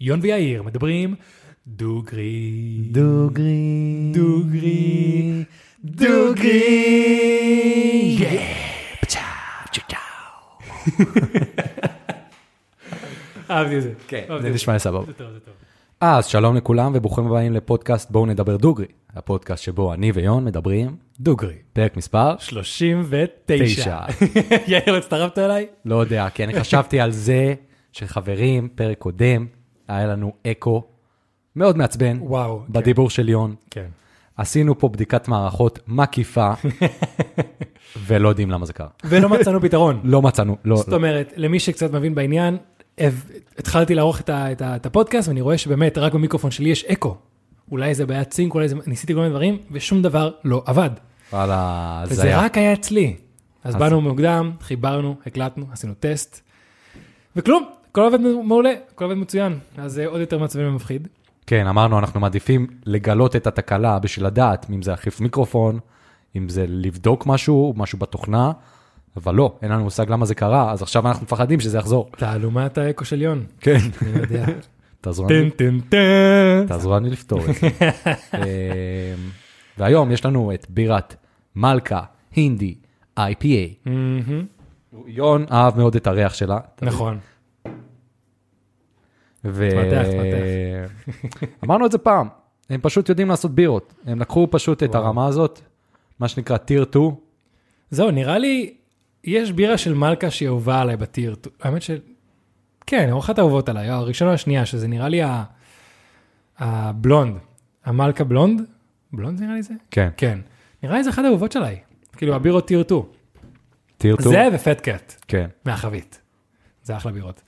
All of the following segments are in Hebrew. יון ויאיר מדברים דוגרי. דוגרי. דוגרי. דוגרי. אהבתי את זה. כן, אהבתי זה את נשמע לי סבבה. זה טוב, זה טוב. אז שלום לכולם וברוכים הבאים לפודקאסט בואו נדבר דוגרי. הפודקאסט שבו אני ויון מדברים דוגרי. פרק מספר 39. תשע. יאיר, הצטרפת אליי? לא יודע, כי אני חשבתי על זה שחברים, פרק קודם, היה לנו אקו מאוד מעצבן וואו. כן, בדיבור של יון. כן. עשינו פה בדיקת מערכות מקיפה, ולא יודעים למה זה קרה. ולא מצאנו פתרון. לא מצאנו, לא, זאת אומרת, למי שקצת מבין בעניין, הב- התחלתי לערוך את ה- את ה- את הפודקאסט, ואני רואה שבאמת רק במיקרופון שלי יש אקו. אולי זה בעיית צינק, אולי זה... ניסיתי כל מיני דברים, ושום דבר לא עבד. וואלה, זה וזה היה. רק היה אצלי. אז אז- באנו מוקדם, חיברנו, הקלטנו, עשינו טסט, וכלום, הכל עובד מעולה, הכל עובד מצוין. אז זה עוד יותר מעצבן ומפחיד. כן, אמרנו, אנחנו מעדיפים לגלות את התקלה בשביל לדעת אם זה החליף מיקרופון, אם זה לבדוק משהו, משהו בתוכנה, אבל לא, אין לנו מושג למה זה קרה, אז עכשיו אנחנו מפחדים שזה יחזור. תעלומת האקו של יון. כן. אני יודע. תעזרו טן לנו, טן טן. תעזרו לנו לפתור את זה. אמ, והיום יש לנו את בירת מלכה, הינדי, IPA. מהמם. יון אהב מאוד את הריח שלה. נכון. ו... תמתח, אמרנו את זה פעם, הם פשוט יודעים לעשות בירות. הם לקחו פשוט את וואו. הרמה הזאת, מה שנקרא טיר 2, זהו, נראה לי, יש בירה של מלכה שהיא אהובה עליי בטיר. האמת של... כן, אורחת אהובות עליי, הראשונה או השנייה, שזה נראה לי ה- הבלונד. המלכה בלונד? בלונד נראה לי זה? כן, כן. נראה לי זה אחת האהובות עליי. כאילו, הבירות טיר 2. טיר 2, זה ופט קאט. כן, מהחבית. זה אחלה בירות.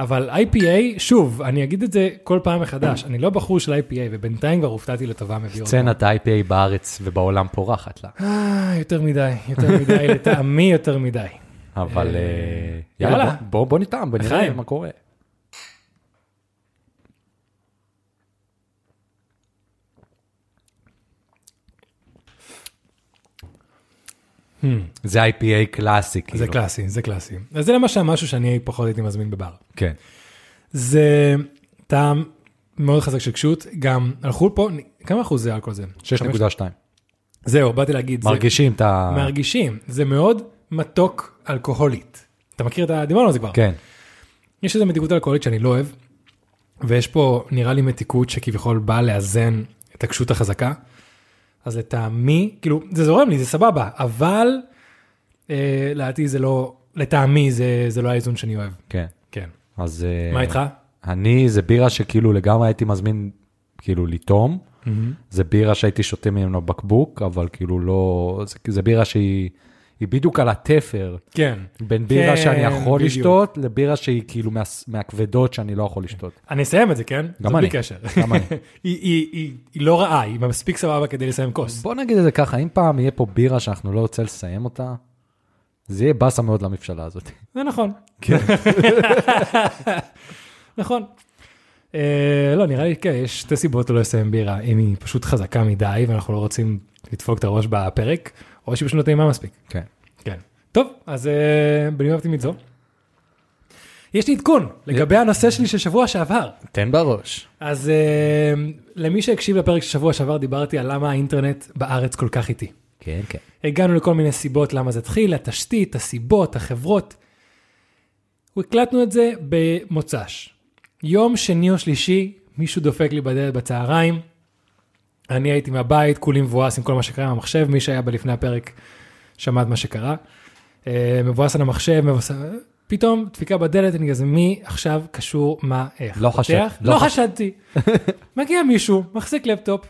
אבל IPA, שוב, אני אגיד את זה כל פעם מחדש, אני לא בחור של IPA, ובינתיים כבר הופתעתי לטובה מבירות. סצנת ה-IPA בארץ ובעולם פורחת לה, אה, יותר מדי, יותר מדי, לטעמי יותר מדי. אבל אה, אה, יאללה. יאללה, בוא- בוא בוא נטעם, בוא נראה לחיים. מה קורה. זה IPA קלאסי, כאילו. Hmm. זה קלאסי, זה קלאסי. אז זה למשל משהו שאני פחות הייתי מזמין בבר. כן. זה טעם מאוד חזק של קשות, גם הלכו פה, כמה אחוז זה אלכוהול זה? 6.2. זהו, באתי להגיד, זה- מרגישים את ה... מרגישים, זה מאוד מתוק אלכוהולית. אתה מכיר את ה... דיברנו על זה כבר. כן, יש איזו מתיקות אלכוהולית שאני לא אוהב, ויש פה נראה לי מתיקות שכביכול באה לאזן את הקשות החזקה. אז לטעמי, כאילו, זה זורם לי, זה סבבה, אבל אה, לדעתי זה לא, לטעמי זה, זה לא האיזון שאני אוהב. כן. כן. אז... אה, מה איתך? אני, זה בירה שכאילו לגמרי הייתי מזמין, כאילו, לטעום. זה בירה שהייתי שותה ממנו בקבוק, אבל כאילו לא... זה, זה בירה שהיא היא בדיוק על התפר כן. בין בירה כן, שאני יכול בדיוק. לשתות, לבירה שהיא כאילו מה, מהכבדות שאני לא יכול לשתות. אני אסיים את זה, כן? גם זה אני. בלי קשר. גם אני. היא, היא, היא, היא לא רעה, היא מספיק סבבה כדי לסיים כוס. בוא נגיד את זה ככה, אם פעם יהיה פה בירה שאנחנו לא רוצה לסיים אותה, זה יהיה באסה מאוד למפשלה הזאת. זה נכון. כן. נכון. אה, לא, נראה לי, כן, יש שתי סיבות לא לסיים בירה, אם היא פשוט חזקה מדי ואנחנו לא רוצים לדפוק את הראש בפרק, או שהיא פשוט לא טעימה מספיק. כן. כן. טוב, אז אה, בנימה אופטימית זו. יש לי עדכון לגבי הנושא שלי של שבוע שעבר. תן בראש. אז אה, למי שהקשיב לפרק של שבוע שעבר, דיברתי על למה האינטרנט בארץ כל כך איטי. כן, כן. הגענו לכל מיני סיבות למה זה התחיל, התשתית, הסיבות, החברות. הקלטנו את זה במוצ"ש. יום שני או שלישי, מישהו דופק לי בדלת בצהריים, אני הייתי מהבית, כולי מבואס עם כל מה שקרה עם המחשב, מי שהיה בלפני הפרק שמע את מה שקרה. אה, מבואס על המחשב, מבואס... פתאום דפיקה בדלת, אני כזה, מי עכשיו קשור מה, איך? לא פותח? חשד- לא, לא לא חש- חשדתי. מגיע מישהו, מחזיק לפטופ,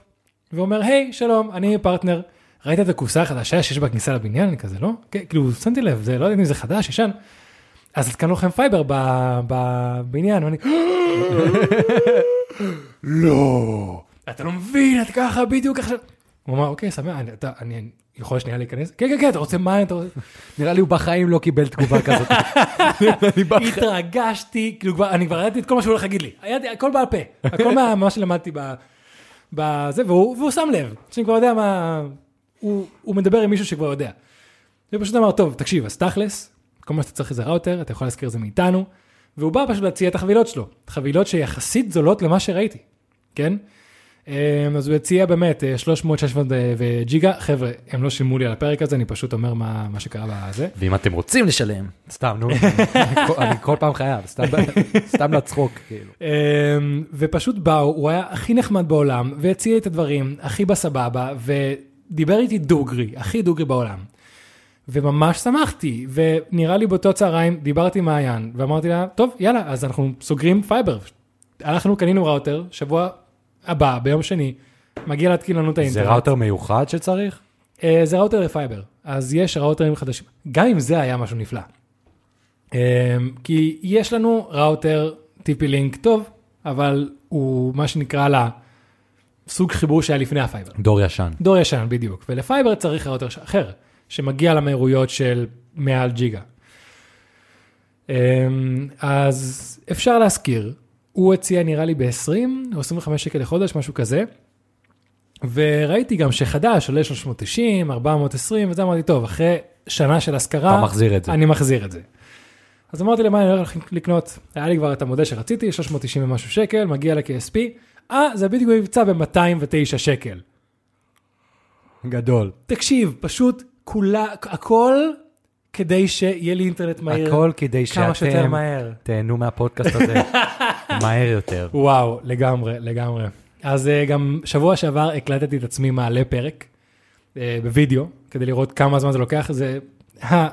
ואומר, היי, שלום, אני פרטנר. ראית את הקופסה החדשה שיש בכניסה לבניין? אני כזה, לא? כן, כאילו, שמתי לב, זה לא יודעת אם זה חדש, ישן. אז התקנו לכם פייבר ב- בבניין, ואני, לא, אתה לא מבין, את ככה בדיוק עכשיו. הוא אמר, אוקיי, שמח, אני, אתה, אני אני יכול שנייה להיכנס? כן, כן, כן, אתה רוצה מים? אתה רוצה... נראה לי הוא בחיים לא קיבל תגובה כזאת. אני בא- התרגשתי, כאילו, כבר, אני כבר ידעתי את כל מה שהוא הולך להגיד לי. ידעתי, הכל בעל פה, הכל מה, מה שלמדתי ב- בזה, והוא, והוא שם לב, שאני כבר יודע מה... הוא, הוא מדבר עם מישהו שכבר יודע. הוא פשוט אמר, טוב, תקשיב, אז תכלס, כל מה שאתה צריך זה ראוטר, אתה יכול להזכיר את זה מאיתנו, והוא בא פשוט להציע את החבילות שלו, חבילות שיחסית זולות למה שראיתי, כן? אה, אז הוא הציע באמת אה, 300, 600 אה, וג'יגה, חבר'ה, הם לא שילמו לי על הפרק הזה, אני פשוט אומר מה, מה שקרה בזה. ואם אתם רוצים לשלם, סתם, נו, אני כל- אני כל פעם חייב, סתם- סתם לצחוק, כאילו. אמ, ופשוט באו, הוא היה הכי נחמד בעולם, והציע את הדברים, הכי בסבבה, ודיבר איתי דוגרי, הכי דוגרי בעולם. וממש שמחתי, ונראה לי באותו צהריים דיברתי עם מעיין, ואמרתי לה, טוב, יאללה, אז אנחנו סוגרים פייבר. הלכנו, קנינו ראוטר, שבוע הבא, ביום שני, מגיע להתקין לנו את האינטרנט. זה ראוטר מיוחד שצריך? אה, זה ראוטר לפייבר, אז יש ראוטרים חדשים. גם עם זה היה משהו נפלא. אה, כי יש לנו ראוטר טיפי לינק טוב, אבל הוא מה שנקרא לה סוג חיבור שהיה לפני הפייבר. דור ישן. דור ישן בדיוק, ולפייבר צריך ראוטר ש- אחר, שמגיע למהירויות של מעל ג'יגה. אה, אז אפשר להזכיר, הוא הציע נראה לי ב-20 או 25 שקל לחודש, משהו כזה. וראיתי גם שחדש עולה 390, 420, וזה אמרתי, טוב, אחרי שנה של השכרה, אתה מחזיר את זה. אני מחזיר את זה. אז אמרתי למה אני הולך לקנות, היה לי כבר את המודל שרציתי, 390 ומשהו שקל, מגיע ל-KSP, אה, זה בדיוק במבצע ב-209 שקל. גדול. תקשיב, פשוט כולה, הכל כדי שיהיה לי אינטרנט מהיר. הכל כדי כמה שיותר שאתם מהר. תהנו מהפודקאסט הזה מהר יותר. וואו, לגמרי, לגמרי. אז אה, גם שבוע שעבר הקלטתי את עצמי מעלה פרק אה, בווידאו, כדי לראות כמה זמן זה לוקח, זה ה-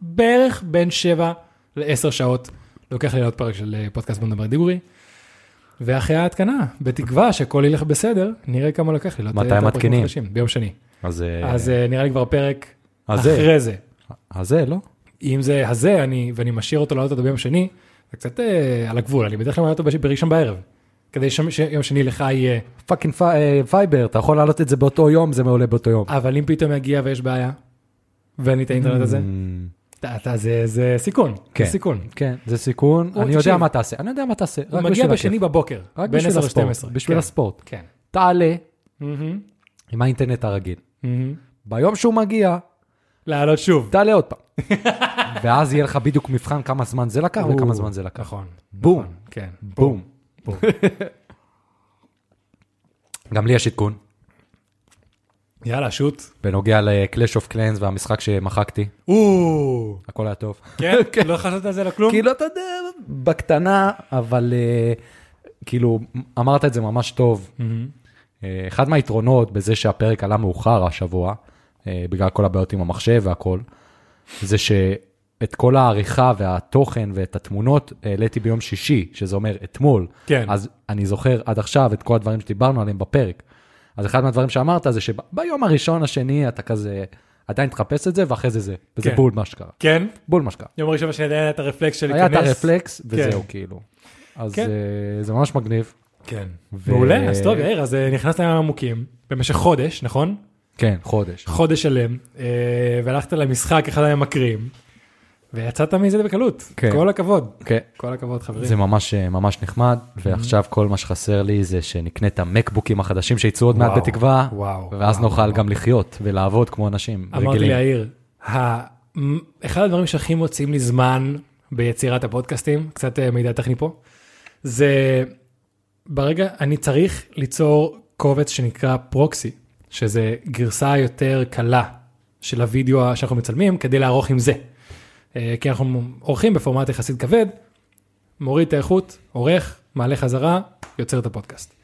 בערך בין 7 ל-10 שעות לוקח לי לעוד פרק של אה, פודקאסט בוא נדבר דיבורי. ואחרי ההתקנה, בתקווה שהכל ילך בסדר, נראה כמה לוקח לי. לעוד, אה, מתי את הפרקים מתקינים? החדשים, ביום שני. אז אה, אז אה, נראה לי כבר פרק אז זה. אחרי זה. אז זה, לא? אם זה הזה, אני, ואני משאיר אותו לעלות אותו ביום שני, זה קצת אה, על הגבול, אני בדרך כלל מעלה אותו בש- בראשון בערב. כדי שמ- שיום שני לך יהיה, פאקינג פי- אה, פייבר, אתה יכול להעלות את זה באותו יום, זה מעולה באותו יום. אבל אם פתאום יגיע ויש בעיה, ואין לי את האינטרנט הזה, Mm, אתה, אתה, זה, זה סיכון, כן. זה סיכון. כן, זה סיכון, הוא- אני יודע תקשיב. מה תעשה, אני יודע מה תעשה, הוא רק מגיע בשביל בשני הכיף. בבוקר, רק בין בשביל 10 הספורט, ל-12. בשביל הספורט. כן. Mm-hmm. תעלה מהמם, עם האינטרנט הרגיל. מהמם. ביום שהוא מגיע, Mm-hmm. לעלות שוב. תעלה עוד פעם. ואז יהיה לך בדיוק מבחן כמה זמן זה לקח וכמה זמן זה לקח. נכון. בום. נכון, כן. בום. גם לי יש עדכון, יאללה, שוט. בנוגע ל-Clash of Clans והמשחק שמחקתי, או, הכל היה טוב. כן? לא חשבת על זה לכלום? כאילו, אתה יודע, בקטנה, אבל אה, כאילו, אמרת את זה ממש טוב. מהמם. אה, אחד מהיתרונות בזה שהפרק עלה מאוחר השבוע, אה, בגלל כל הבעיות עם המחשב והכל, זה שאת כל העריכה והתוכן ואת התמונות העליתי ביום שישי, שזה אומר אתמול. כן. אז אני זוכר עד עכשיו את כל הדברים שדיברנו עליהם בפרק. אז אחד מהדברים שאמרת זה שביום הראשון, השני, אתה כזה עדיין תחפש את זה, ואחרי זה זה. וזה כן. בול מה שקרה. כן? בול מה שקרה. יום ראשון שאני עדיין היה את הרפלקס של היה את להיכנס. הרפלקס, וזהו כן. כאילו. אז כן. אה, זה ממש מגניב. כן. ו- מעולה, אז טוב, יאיר, אז אה, נכנסת לים עמוקים במשך חודש, נכון? כן, חודש. חודש שלם, אה, והלכת למשחק, אחד המקרים, ויצאת מזה בקלות. כן. כל הכבוד. כן. כל הכבוד, חברים. זה ממש אה, ממש נחמד, ועכשיו Mm-hmm. כל מה שחסר לי זה שנקנה את המקבוקים החדשים שיצאו עוד מעט וואו, בתקווה, וואו, ואז וואו, נוכל גם לחיות ולעבוד כמו אנשים אמרתי רגילים. ליאיר, ה- מ- אחד הדברים שהכי מוצאים לי זמן ביצירת הפודקאסטים, קצת אה, מידע טכני פה, זה ברגע, אני צריך ליצור קובץ שנקרא פרוקסי, שזה גרסה יותר קלה של הוידאו שאנחנו מצלמים, כדי לערוך עם זה. אה, כי אנחנו עורכים בפורמט יחסית כבד, מוריד את האיכות, עורך, מעלה חזרה, יוצר את הפודקאסט.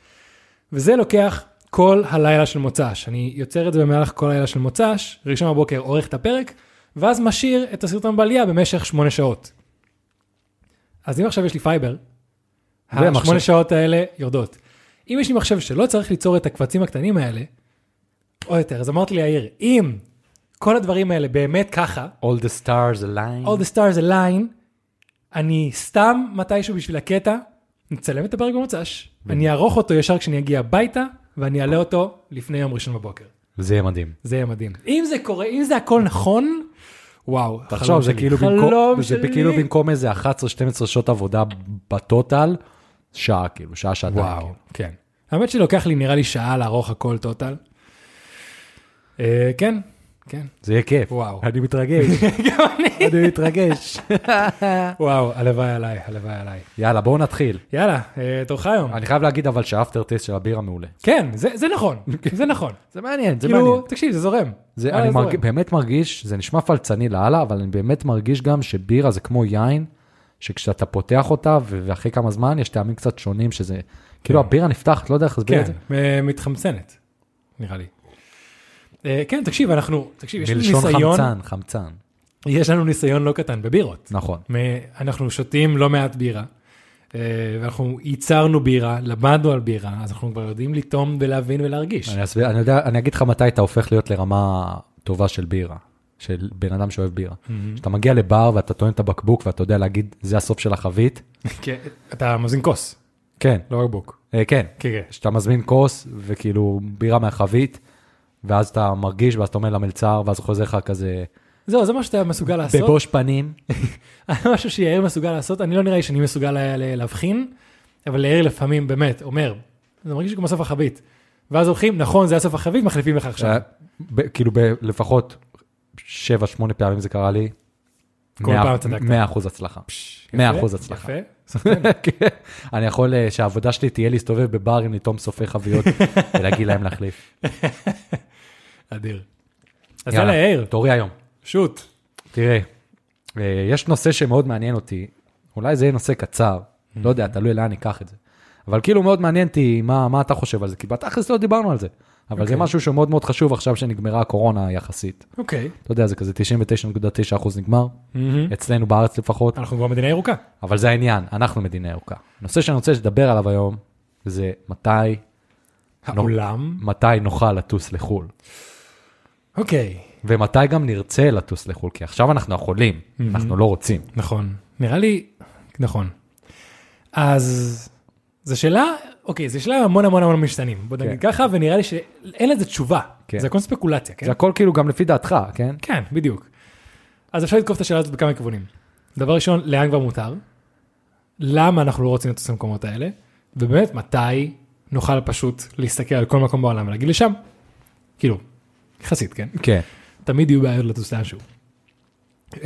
וזה לוקח כל הלילה של מוצ"ש. אני יוצר את זה במהלך כל הלילה של מוצ"ש, ראשון בבוקר עורך את הפרק, ואז משאיר את הסרטון בעלייה במשך שמונה שעות. אז אם עכשיו יש לי פייבר, ומחשב. השמונה שעות האלה יורדות. אם יש לי מחשב שלא צריך ליצור את הקבצים הקטנים האלה, או יותר, אז אמרתי ליאיר, אם כל הדברים האלה באמת ככה, All the stars align. All the stars align, אני סתם מתישהו בשביל הקטע, נצלם את הפרק במוצ"ש, אני אערוך אותו ישר כשאני אגיע הביתה, ואני אעלה אותו לפני יום ראשון בבוקר. זה יהיה מדהים. זה יהיה מדהים. אם זה קורה, אם זה הכל נכון, וואו, תחשוב, חלום זה שלי. כאילו חלום במקום- זה שלי. כאילו במקום איזה 11-12 שעות עבודה בטוטל, שעה כאילו, שעה שעתיים. וואו, כאילו. כן. האמת שלוקח לי נראה לי שעה לערוך הכל טוטל. אה, כן, כן. זה יהיה כיף. וואו. אני מתרגש, גם אני. אני מתרגש. וואו, הלוואי עליי, הלוואי עליי. יאללה, בואו נתחיל. יאללה, אה, תורך היום. אני חייב להגיד אבל שהאפטר טסט של הבירה מעולה. כן, זה זה נכון, כן. זה נכון. זה מעניין, זה מעניין. כאילו, תקשיב, זה זורם. זה, וואלה, אני מרג... זורם. באמת מרגיש, זה נשמע פלצני לאללה, אבל אני באמת מרגיש גם שבירה זה כמו יין, שכשאתה פותח אותה, ו- ואחרי כמה זמן יש טעמים קצת שונים, שזה, כאילו הבירה נפתחת, לא יודע איך להסביר את כן, זה. אה, מתחמצנת, נראה לי. אה, כן, תקשיב, אנחנו, תקשיב, יש לנו מלשון ניסיון, חמצן, חמצן. יש לנו ניסיון לא קטן בבירות. נכון. מ- אנחנו שותים לא מעט בירה, אה, ואנחנו ייצרנו בירה, למדנו על בירה, אז אנחנו כבר יודעים לטעום ולהבין ולהרגיש. אני, אסביר, אני, יודע, אני אגיד לך מתי אתה הופך להיות לרמה טובה של בירה, של בן אדם שאוהב בירה. כשאתה מגיע לבר ואתה טוען את הבקבוק ואתה יודע להגיד, זה הסוף של החבית, כן, אתה מזין כוס, כן, לא רק בוק. אה, כן, כן, כן. שאתה מזמין כוס וכאילו בירה מהחבית, ואז אתה מרגיש ואז אתה אומר למלצר ואז חוזר לך כזה זהו, זה מה שאתה מסוגל לעשות. בבוש פנים. משהו לא שיאיר מסוגל לעשות, אני לא נראה לי שאני מסוגל היה ל- להבחין, אבל יאיר לפעמים באמת אומר, זה מרגיש כמו סוף החבית. ואז הולכים, נכון, זה הסוף החבית, מחליפים לך עכשיו. אה, ב- כאילו ב- לפחות 7-8 פעמים זה קרה לי. כל מאה- פעם צדקת. 100% הצלחה. יפה, 100% הצלחה. יפה. כן. אני יכול, אה, שהעבודה שלי תהיה להסתובב בברים, לטום סופי חביות ולהגיד להם להחליף. אדיר. אז יאללה, יאללה, יאיר, תורי היום. שוט. תראה, אה, יש נושא שמאוד מעניין אותי, אולי זה יהיה נושא קצר, לא Mm-hmm. יודע, תלוי לאן ניקח את זה. אבל כאילו מאוד מעניין אותי מה, מה אתה חושב על זה, כי בתכלס לא דיברנו על זה. אבל okay. זה אוקיי. משהו שמאוד מאוד חשוב עכשיו שנגמרה הקורונה יחסית. אוקיי. אתה יודע, זה כזה 99.9% נגמר, Mm-hmm. אצלנו בארץ לפחות, אנחנו כבר מדינה ירוקה. אבל זה העניין, אנחנו מדינה ירוקה. הנושא שאני רוצה לדבר עליו היום, זה מתי, העולם. מתי נוכל לטוס לחו"ל. אוקיי. ומתי גם נרצה לטוס לחו"ל, כי עכשיו אנחנו יכולים, Mm-hmm. אנחנו לא רוצים. נכון. נראה לי, נכון. אז זו שאלה, אוקיי, זו שאלה עם המון המון המון משתנים. בוא נגיד ככה, ונראה לי שאין לזה תשובה. כן. זה הכל ספקולציה, כן? זה הכל כאילו גם לפי דעתך, כן? כן, בדיוק. אז אפשר לתקוף את השאלה הזאת בכמה כיוונים. דבר ראשון, לאן כבר מותר? למה אנחנו לא רוצים לטוס למקומות האלה? ובאמת, מתי נוכל פשוט להסתכל על כל מקום בעולם ולהגיד לשם? כאילו, יחסית, כן? כן. תמיד יהיו בעיות לטוס לאנשהו. אמ,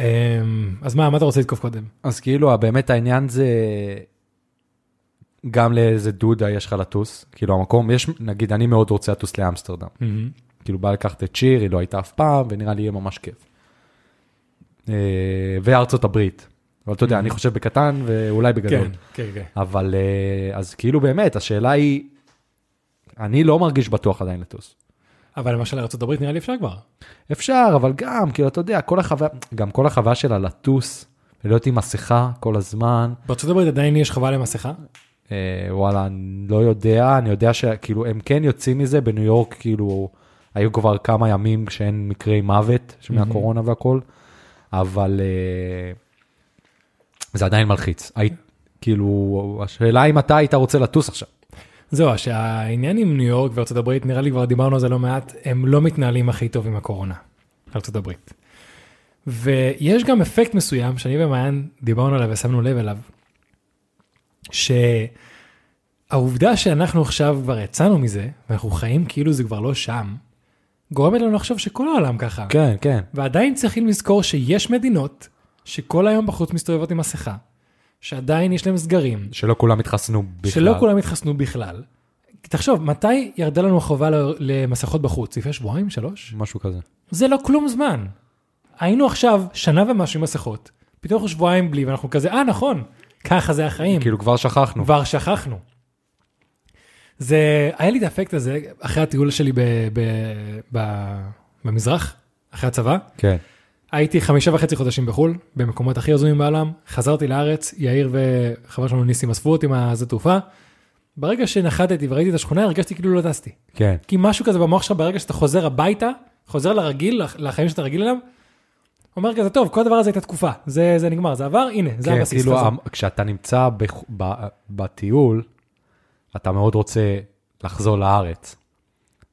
אז מה, מה אתה רוצה לתקוף קודם? אז כאילו, באמת העניין זה, גם לאיזה דודה יש לך לטוס, כאילו המקום, יש, נגיד, אני מאוד רוצה לטוס לאמסטרדם. כאילו, בא לקחת את שיר, היא לא הייתה אף פעם, ונראה לי יהיה ממש כיף. אה, וארצות הברית. אבל אתה יודע, אני חושב בקטן ואולי בגדול. כן, כן, כן. אבל אה, אז כאילו באמת, השאלה היא, אני לא מרגיש בטוח עדיין לטוס. אבל למשל ארה"ב נראה לי אפשר כבר. אפשר, אבל גם, כאילו, אתה יודע, כל החוויה, גם כל החוויה שלה לטוס, ולהיות עם מסכה כל הזמן, בארה"ב עדיין יש חובה למסכה? אה, וואלה, אני לא יודע, אני יודע שכאילו, הם כן יוצאים מזה, בניו יורק, כאילו, היו כבר כמה ימים שאין מקרי מוות, מהקורונה והכל, אבל אה, זה עדיין מלחיץ. היית, כאילו, השאלה אם אתה היית רוצה לטוס עכשיו. זהו, שהעניין עם ניו יורק וארצות הברית, נראה לי כבר דיברנו על זה לא מעט, הם לא מתנהלים הכי טוב עם הקורונה, ארצות הברית. ויש גם אפקט מסוים שאני ומעיין דיברנו עליו ושמנו לב אליו, שהעובדה שאנחנו עכשיו כבר יצאנו מזה, ואנחנו חיים כאילו זה כבר לא שם, גורמת לנו לחשוב שכל העולם ככה. כן, כן. ועדיין צריכים לזכור שיש מדינות שכל היום בחוץ מסתובבות עם מסכה, שעדיין יש להם סגרים, שלא כולם התחסנו בכלל. שלא כולם התחסנו בכלל. תחשוב, מתי ירדה לנו החובה ל- למסכות בחוץ? לפני שבועיים, שלוש? משהו כזה. זה לא כלום זמן. היינו עכשיו שנה ומשהו עם מסכות, פתאום אנחנו שבועיים בלי, ואנחנו כזה, אה, נכון, ככה זה החיים. כאילו, כבר שכחנו. כבר שכחנו. זה, היה לי את האפקט הזה אחרי הטיול שלי ב, ב, ב, במזרח, אחרי הצבא. כן. הייתי חמישה וחצי חודשים בחו"ל, במקומות הכי הזויים בעולם, חזרתי לארץ, יאיר וחבר שלנו ניסים אספו אותי מהזה תעופה. ברגע שנחתתי וראיתי את השכונה הרגשתי כאילו לא טסתי. כן. כי משהו כזה במוח שלך ברגע שאתה חוזר הביתה, חוזר לרגיל, לח- לחיים שאתה רגיל אליו, אומר כזה, טוב, כל הדבר הזה הייתה תקופה, זה, זה נגמר, זה עבר, הנה, זה כן, הבסיס. כאילו, חזר. המ- כשאתה נמצא בח- ב- בטיול, אתה מאוד רוצה לחזור לארץ.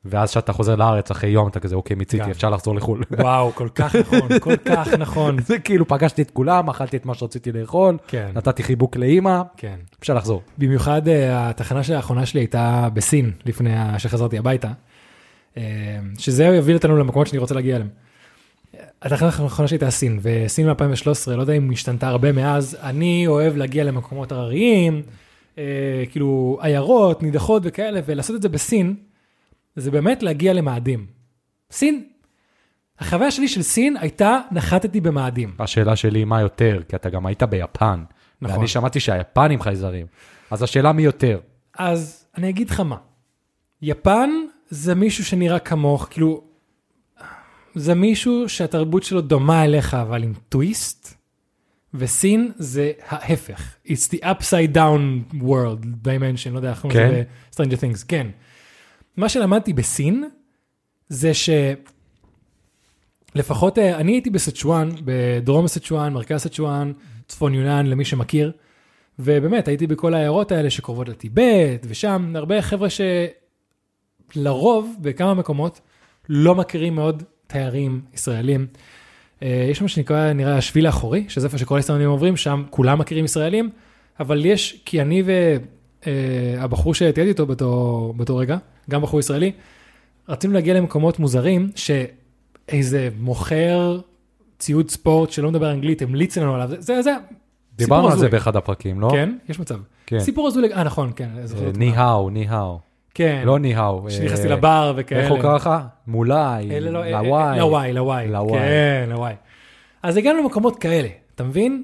ואז כשאתה חוזר לארץ אחרי יום, אתה כזה, אוקיי, כן. מיציתי, אפשר לחזור לחו"ל. וואו, כל כך נכון, כל כך נכון. זה כאילו, פגשתי את כולם, אכלתי את מה שרציתי לאכול, כן, נתתי חיבוק לאימא, כן. אפשר לחזור. במיוחד אה, התחנה של- האחרונה שלי הייתה בסין לפני ה- שחזרתי הביתה, אה, שזה יביא אותנו למקומות שאני רוצה להגיע אליהם. התחנה האחרונה שלי הייתה סין, וסין מ-2013, לא יודע אם השתנתה הרבה מאז, אני אוהב להגיע למקומות הרריים, אה, כאילו עיירות, נידחות וכאלה, ולעשות את זה בסין, זה באמת להגיע למאדים. סין, החוויה שלי של סין הייתה, נחתתי במאדים. השאלה שלי היא מה יותר, כי אתה גם היית ביפן. נכון. נכון. ואני שמעתי שהיפנים חייזרים. אז השאלה מי יותר. אז אני אגיד לך מה. יפן זה מישהו שנראה כמוך, כאילו, זה מישהו שהתרבות שלו דומה אליך, אבל עם טוויסט, וסין זה ההפך. It's the upside down world dimension, לא יודע איך אומרים כן? את זה ב-Stranger Things, כן. מה שלמדתי בסין, זה שלפחות אה, אני הייתי בסצ'ואן, בדרום סצ'ואן, מרכז סצ'ואן, צפון יונן, למי שמכיר, ובאמת הייתי בכל העיירות האלה שקרובות לטיבט, ושם הרבה חבר'ה שלרוב, בכמה מקומות, לא מכירים מאוד תיירים ישראלים. אה, יש מה שנקרא, נראה, השביל האחורי, שזה איפה שכל הישראלים עוברים, שם כולם מכירים ישראלים, אבל יש, כי אני והבחור שטיידתי איתו באותו, באותו רגע, גם בחור ישראלי, רצינו להגיע למקומות מוזרים, שאיזה מוכר ציוד ספורט שלא מדבר אנגלית, המליץ לנו עליו, זה, זה, זה דיברנו סיפור על זה הזוי. באחד הפרקים, לא? כן, יש מצב. כן. סיפור הזוי, לג- אה נכון, כן, אני זוכר. אה, את ני מה. האו, ני האו. כן, לא ני האו. שנכנסתי אה, לבר וכאלה. איך הוא קרא לך? מולאי, אלה לא- אה, אה, לוואי. לוואי, לוואי. לוואי. כן, לוואי. אז הגענו למקומות כאלה, אתה מבין?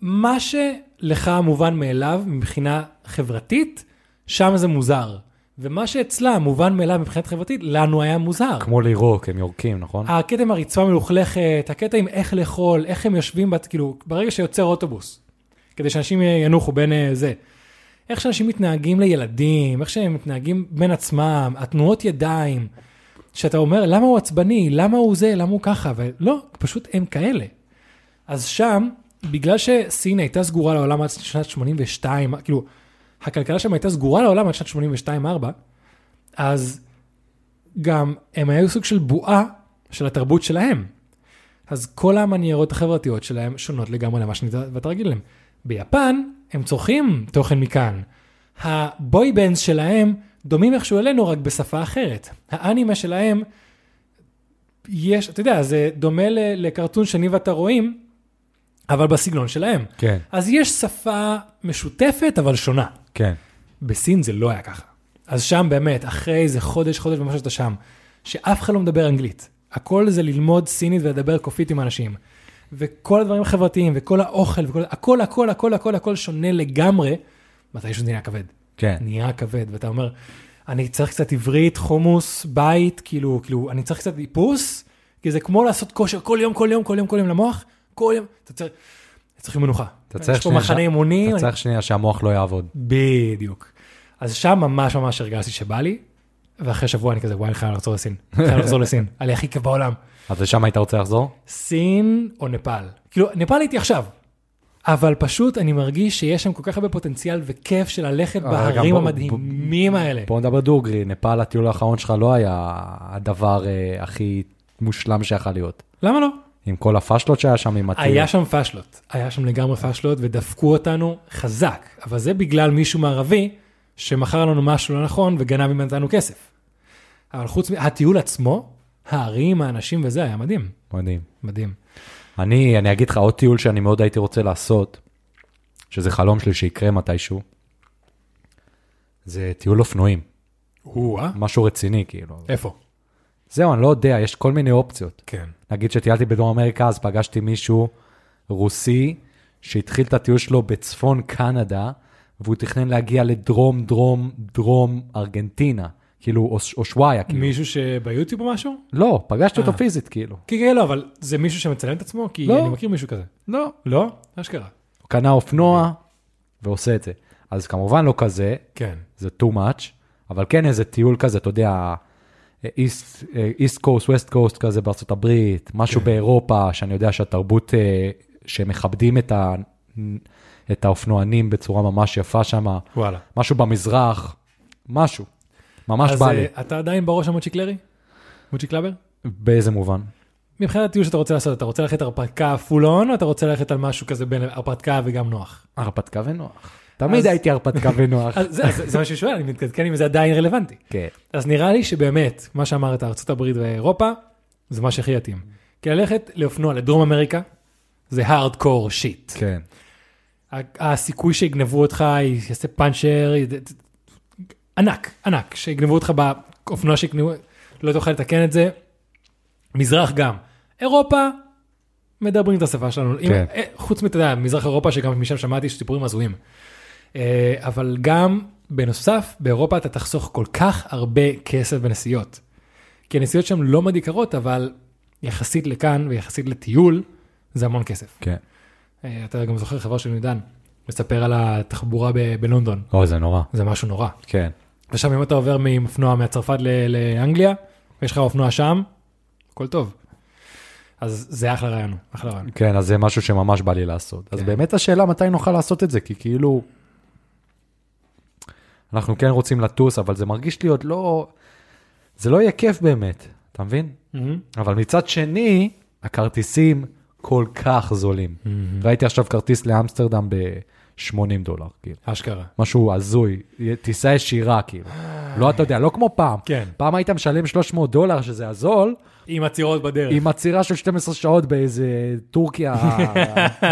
מה שלך מובן מאליו מבחינה חברתית, שם זה מוזר. ומה שאצלה מובן מאליו מבחינת חברתית, לנו היה מוזר. כמו לירוק, הם יורקים, נכון? הקטע עם הרצפה המלוכלכת, הקטע עם איך לאכול, איך הם יושבים, בת, כאילו, ברגע שיוצר אוטובוס, כדי שאנשים ינוחו בין אה, זה. איך שאנשים מתנהגים לילדים, איך שהם מתנהגים בין עצמם, התנועות ידיים, שאתה אומר, למה הוא עצבני, למה הוא זה, למה הוא ככה, ולא, פשוט הם כאלה. אז שם, בגלל שסין הייתה סגורה לעולם עד שנת 82, כאילו, הכלכלה שם הייתה סגורה לעולם עד שנת 82-4, אז גם הם היו סוג של בועה של התרבות שלהם. אז כל המניירות החברתיות שלהם שונות לגמרי למה שאתה רגיל להם. ביפן הם צורכים תוכן מכאן. הבוי בנדס שלהם דומים איכשהו אלינו רק בשפה אחרת. האנימה שלהם, יש, אתה יודע, זה דומה ל- לקרטון שאני ואתה רואים, אבל בסגנון שלהם. כן, אז יש שפה משותפת אבל שונה. כן. בסין זה לא היה ככה. אז שם באמת, אחרי איזה חודש, חודש ומשהו שאתה שם, שאף אחד לא מדבר אנגלית. הכל זה ללמוד סינית ולדבר קופית עם אנשים. וכל הדברים החברתיים, וכל האוכל, וכל, הכל, הכל, הכל, הכל, הכל שונה לגמרי, מתישהו זה נהיה כבד. כן. נהיה כבד, ואתה אומר, אני צריך קצת עברית, חומוס, בית, כאילו, כאילו, אני צריך קצת איפוס, כי זה כמו לעשות כושר כל יום, כל יום, כל יום, כל יום למוח, כל יום, אתה צריך, צריכים מנוחה. אתה צריך יש פה שנייה מחנה ש- אימונים, אתה אני צריך שנייה שהמוח לא יעבוד. בדיוק. אז שם ממש ממש הרגשתי שבא לי, ואחרי שבוע אני כזה, וואי, אני חייב לחזור לסין. חייב לחזור לסין. היה לי הכי כיף בעולם. אז לשם היית רוצה לחזור? כן. סין או נפאל. כאילו, נפאל הייתי עכשיו. אבל פשוט אני מרגיש שיש שם כל כך הרבה פוטנציאל וכיף של ללכת אבל אה, גם בהרים בוא- המדהימים האלה. בוא נדבר דוגרי, נפאל הטיול האחרון שלך לא היה הדבר אה, הכי מושלם שיכול להיות. למה לא? עם כל הפאשלות שהיה שם עם הטיול. היה שם פאשלות, היה שם לגמרי פאשלות ודפקו אותנו חזק, אבל זה בגלל מישהו מערבי שמכר לנו משהו לא נכון וגנב ממנו כסף. אבל חוץ מהטיול עצמו, הערים, האנשים וזה היה מדהים, מדהים. מדהים. אני, אני אגיד לך עוד טיול שאני מאוד הייתי רוצה לעשות, שזה חלום שלי שיקרה מתישהו, זה טיול אופנועים, או-אה. משהו רציני כאילו. איפה? זהו, אני לא יודע, יש כל מיני אופציות. כן. נגיד שטיילתי בדרום אמריקה, אז פגשתי מישהו רוסי שהתחיל את הטיול שלו בצפון קנדה, והוא תכנן להגיע לדרום, דרום, דרום ארגנטינה, כאילו אוש- אושוויה, כאילו. מישהו שביוטיוב או משהו? לא, פגשתי אותו אה. פיזית, כאילו. כן, כן, לא, אבל זה מישהו שמצלם את עצמו? כי לא. אני מכיר מישהו כזה. לא. לא? אוקיי. אשכרה. הוא קנה אופנוע ועושה את זה. אז כמובן לא כזה, כן. זה too much, אבל כן איזה טיול כזה, אתה יודע, eh, איסט, איסט קוסט, ווסט קוסט כזה בארצות הברית, משהו כן. כן. באירופה, שאני יודע שהתרבות, אה, שמכבדים את, ה, את האופנוענים בצורה ממש יפה שם, וואלה. משהו במזרח, משהו, ממש בא לי. אז אה, אתה עדיין בראש המוצ'יק לרי? מוצ'יק לבר? באיזה מובן? מבחינת הטיול שאתה רוצה לעשות, אתה רוצה ללכת הרפתקה פול און, או אתה רוצה ללכת על משהו כזה בין הרפתקה וגם נוח? הרפתקה ונוח. תמיד אז- הייתי הרפתקה ונוח. אז זה, זה, זה מה ששואל, אני מתעדכן אם זה עדיין רלוונטי. כן. אז נראה לי שבאמת, מה שאמרת, ארה"ב ואירופה, זה מה שהכי יתאים. כי ללכת לאופנוע לדרום אמריקה זה הארד קור שיט. כן. הסיכוי שיגנבו אותך, יעשה פאנצ'ר, יד- ענק, ענק, שיגנבו אותך באופנוע שיגנבו, לא תוכל לתקן את זה. מזרח גם. אירופה, מדברים את השפה שלנו. אם- כן. אה, חוץ מתה יודע, מזרח אירופה, שגם משם שמעתי סיפורים הזויים. אה, אבל גם, בנוסף, באירופה אתה תחסוך כל כך הרבה כסף בנסיעות. כי הנסיעות שם לא מאוד יקרות, אבל יחסית לכאן ויחסית לטיול, זה המון כסף. כן. אה, אתה גם זוכר חבר של עידן, מספר על התחבורה ב- בלונדון, אוי, זה נורא. זה משהו נורא. כן. ושם אם אתה עובר מאופנוע מצרפת ל- לאנגליה, ויש לך אופנוע שם, הכל טוב. אז זה אחלה רעיון, אחלה רעיון. כן, אז זה משהו שממש בא לי לעשות. אז כן. באמת השאלה מתי נוכל לעשות את זה, כי כאילו... אנחנו כן רוצים לטוס, אבל זה מרגיש לי עוד לא... זה לא יהיה כיף באמת, אתה מבין? אבל מצד שני, הכרטיסים כל כך זולים. ראיתי עכשיו כרטיס לאמסטרדם ב-80 דולר, כאילו. Mm-hmm. אשכרה. משהו הזוי, טיסה ישירה כאילו. לא, אתה יודע, לא כמו פעם. כן. פעם היית משלם 300 דולר, שזה הזול, עם עצירות בדרך. עם עצירה של 12 שעות באיזה טורקיה,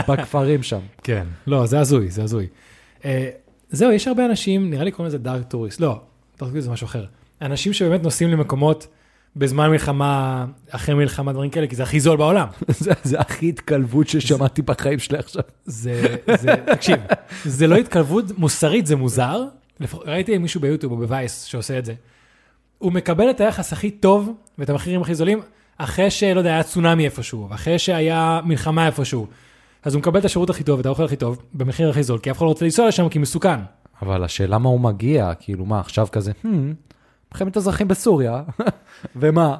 בכפרים שם. כן. לא, זה הזוי, זה הזוי. אה, זהו, יש הרבה אנשים, נראה לי קוראים לזה דארק טוריסט, לא, דארק טוריסט זה משהו אחר. אנשים שבאמת נוסעים למקומות בזמן מלחמה, אחרי מלחמה, דברים כאלה, כי זה הכי זול בעולם. זה זה הכי התקלבות ששמעתי בחיים שלי עכשיו. זה, זה, תקשיב, זה לא התקרבות מוסרית, זה מוזר. לפח- ראיתי מישהו ביוטיוב או בווייס שעושה את זה. הוא מקבל את היחס הכי טוב ואת המחירים הכי זולים אחרי שלא יודע, היה צונאמי איפשהו, אחרי שהיה מלחמה איפשהו. אז הוא מקבל את השירות הכי טוב, את האוכל הכי טוב, במחיר הכי זול, כי אף אחד לא רוצה לנסוע לשם כי מסוכן. אבל השאלה מה הוא מגיע, כאילו מה, עכשיו כזה, "Hmm, מלחמת אזרחים בסוריה, ומה?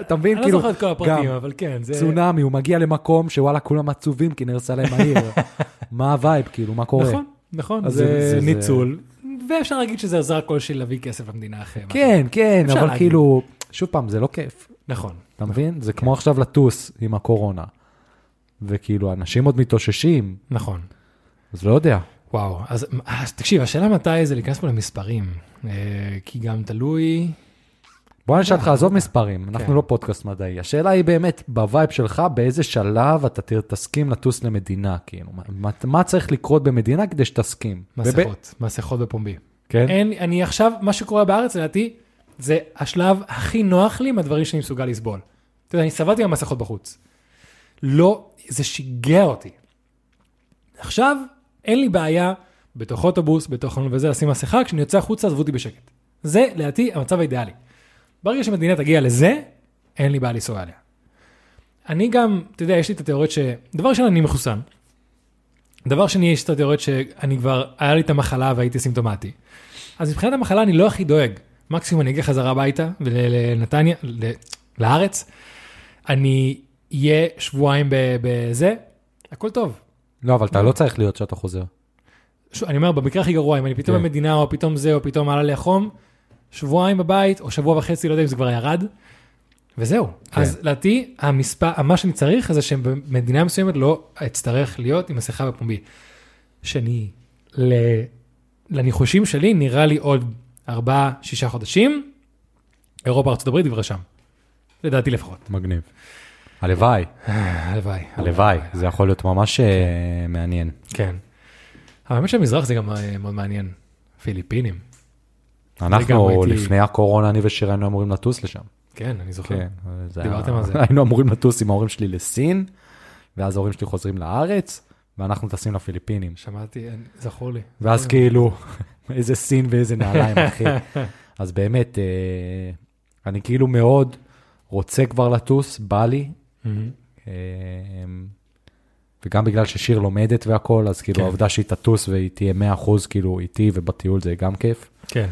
אתה מבין? אני לא כאילו, זוכר את כל הפרטים, גם אבל כן, זה... צונאמי, הוא מגיע למקום שוואלה, כולם עצובים כי נהרסה להם העיר. מה הווייב, כאילו, מה קורה? נכון, נכון, אז זה, זה- זה- זה- ניצול. ואפשר להגיד שזה עזר כלשהי להביא כסף למדינה אחרי. מה- כן, כן, אפשר אבל להגיד. כאילו, שוב פעם, זה לא כיף, נכון. אתה מבין? זה כמו עכשיו לטוס עם הקורונה. וכאילו, אנשים עוד מתאוששים, נכון. אז לא יודע. וואו, אז, אז תקשיב, השאלה מתי זה להיכנס פה למספרים, אה, כי גם תלוי... בוא אני אשאל לא. אותך, עזוב מספרים, כן. אנחנו לא פודקאסט מדעי. השאלה היא באמת, בווייב שלך, באיזה שלב אתה ת- תסכים לטוס למדינה, כאילו? מה- מה- מה צריך לקרות במדינה כדי שתסכים? וב- מסכות, מסכות בפומבי. כן? אין, אני עכשיו, מה שקורה בארץ לדעתי, זה השלב הכי נוח לי מהדברים שאני מסוגל לסבול. אתה יודע, אני סבלתי מהמסכות בחוץ. לא, זה שיגע אותי. עכשיו, אין לי בעיה בתוך אוטובוס, בתוך חלון וזה, לשים מסכה, כשאני יוצא החוצה, עזבו אותי בשקט. זה, לדעתי, המצב האידיאלי. ברגע שמדינה תגיע לזה, אין לי בעיה לנסוע עליה. אני גם, אתה יודע, יש לי את התיאוריות ש... דבר ראשון, אני מחוסן. דבר שני, יש את התיאוריות שאני כבר, היה לי את המחלה והייתי סימפטומטי. אז מבחינת המחלה אני לא הכי דואג. מקסימום אני אגיע חזרה הביתה ולנתניה, ל- לארץ. אני אהיה שבועיים ב- בזה, הכל טוב. לא, אבל אתה לא צריך להיות שאתה חוזר. שוב, אני אומר, במקרה הכי גרוע, אם אני פתאום כן. במדינה, או פתאום זה, או פתאום עלה לי החום, שבועיים בבית, או שבוע וחצי, לא יודע אם זה כבר ירד, וזהו. כן. אז לדעתי, המספר, מה שאני צריך זה שבמדינה מסוימת לא אצטרך להיות עם מסכה בפומבי. שאני, ל... לניחושים שלי, נראה לי עוד ארבעה, שישה חודשים, אירופה, ארה"ב, דברי שם. לדעתי לפחות. מגניב. הלוואי, הלוואי. הלוואי, זה יכול להיות ממש אה, מעניין. כן. אבל האמת שהמזרח זה גם אה, מאוד מעניין. פיליפינים. אנחנו, הייתי- לפני הקורונה, אני ושירה היינו אמורים לטוס לשם. כן, אני זוכר. כן, זה דיברתם היה- על זה. היינו אמורים לטוס עם ההורים שלי לסין, ואז ההורים שלי חוזרים לארץ, ואנחנו טסים לפיליפינים. שמעתי, אין- זכור לי. ואז כאילו, איזה סין ואיזה נעליים, אחי. אז באמת, אה, אני כאילו מאוד רוצה כבר לטוס, בא לי, מהמם. אה, וגם בגלל ששיר לומדת והכל, אז כאילו כן. העובדה שהיא תטוס והיא תהיה 100% כאילו איתי ובטיול זה גם כיף. כן.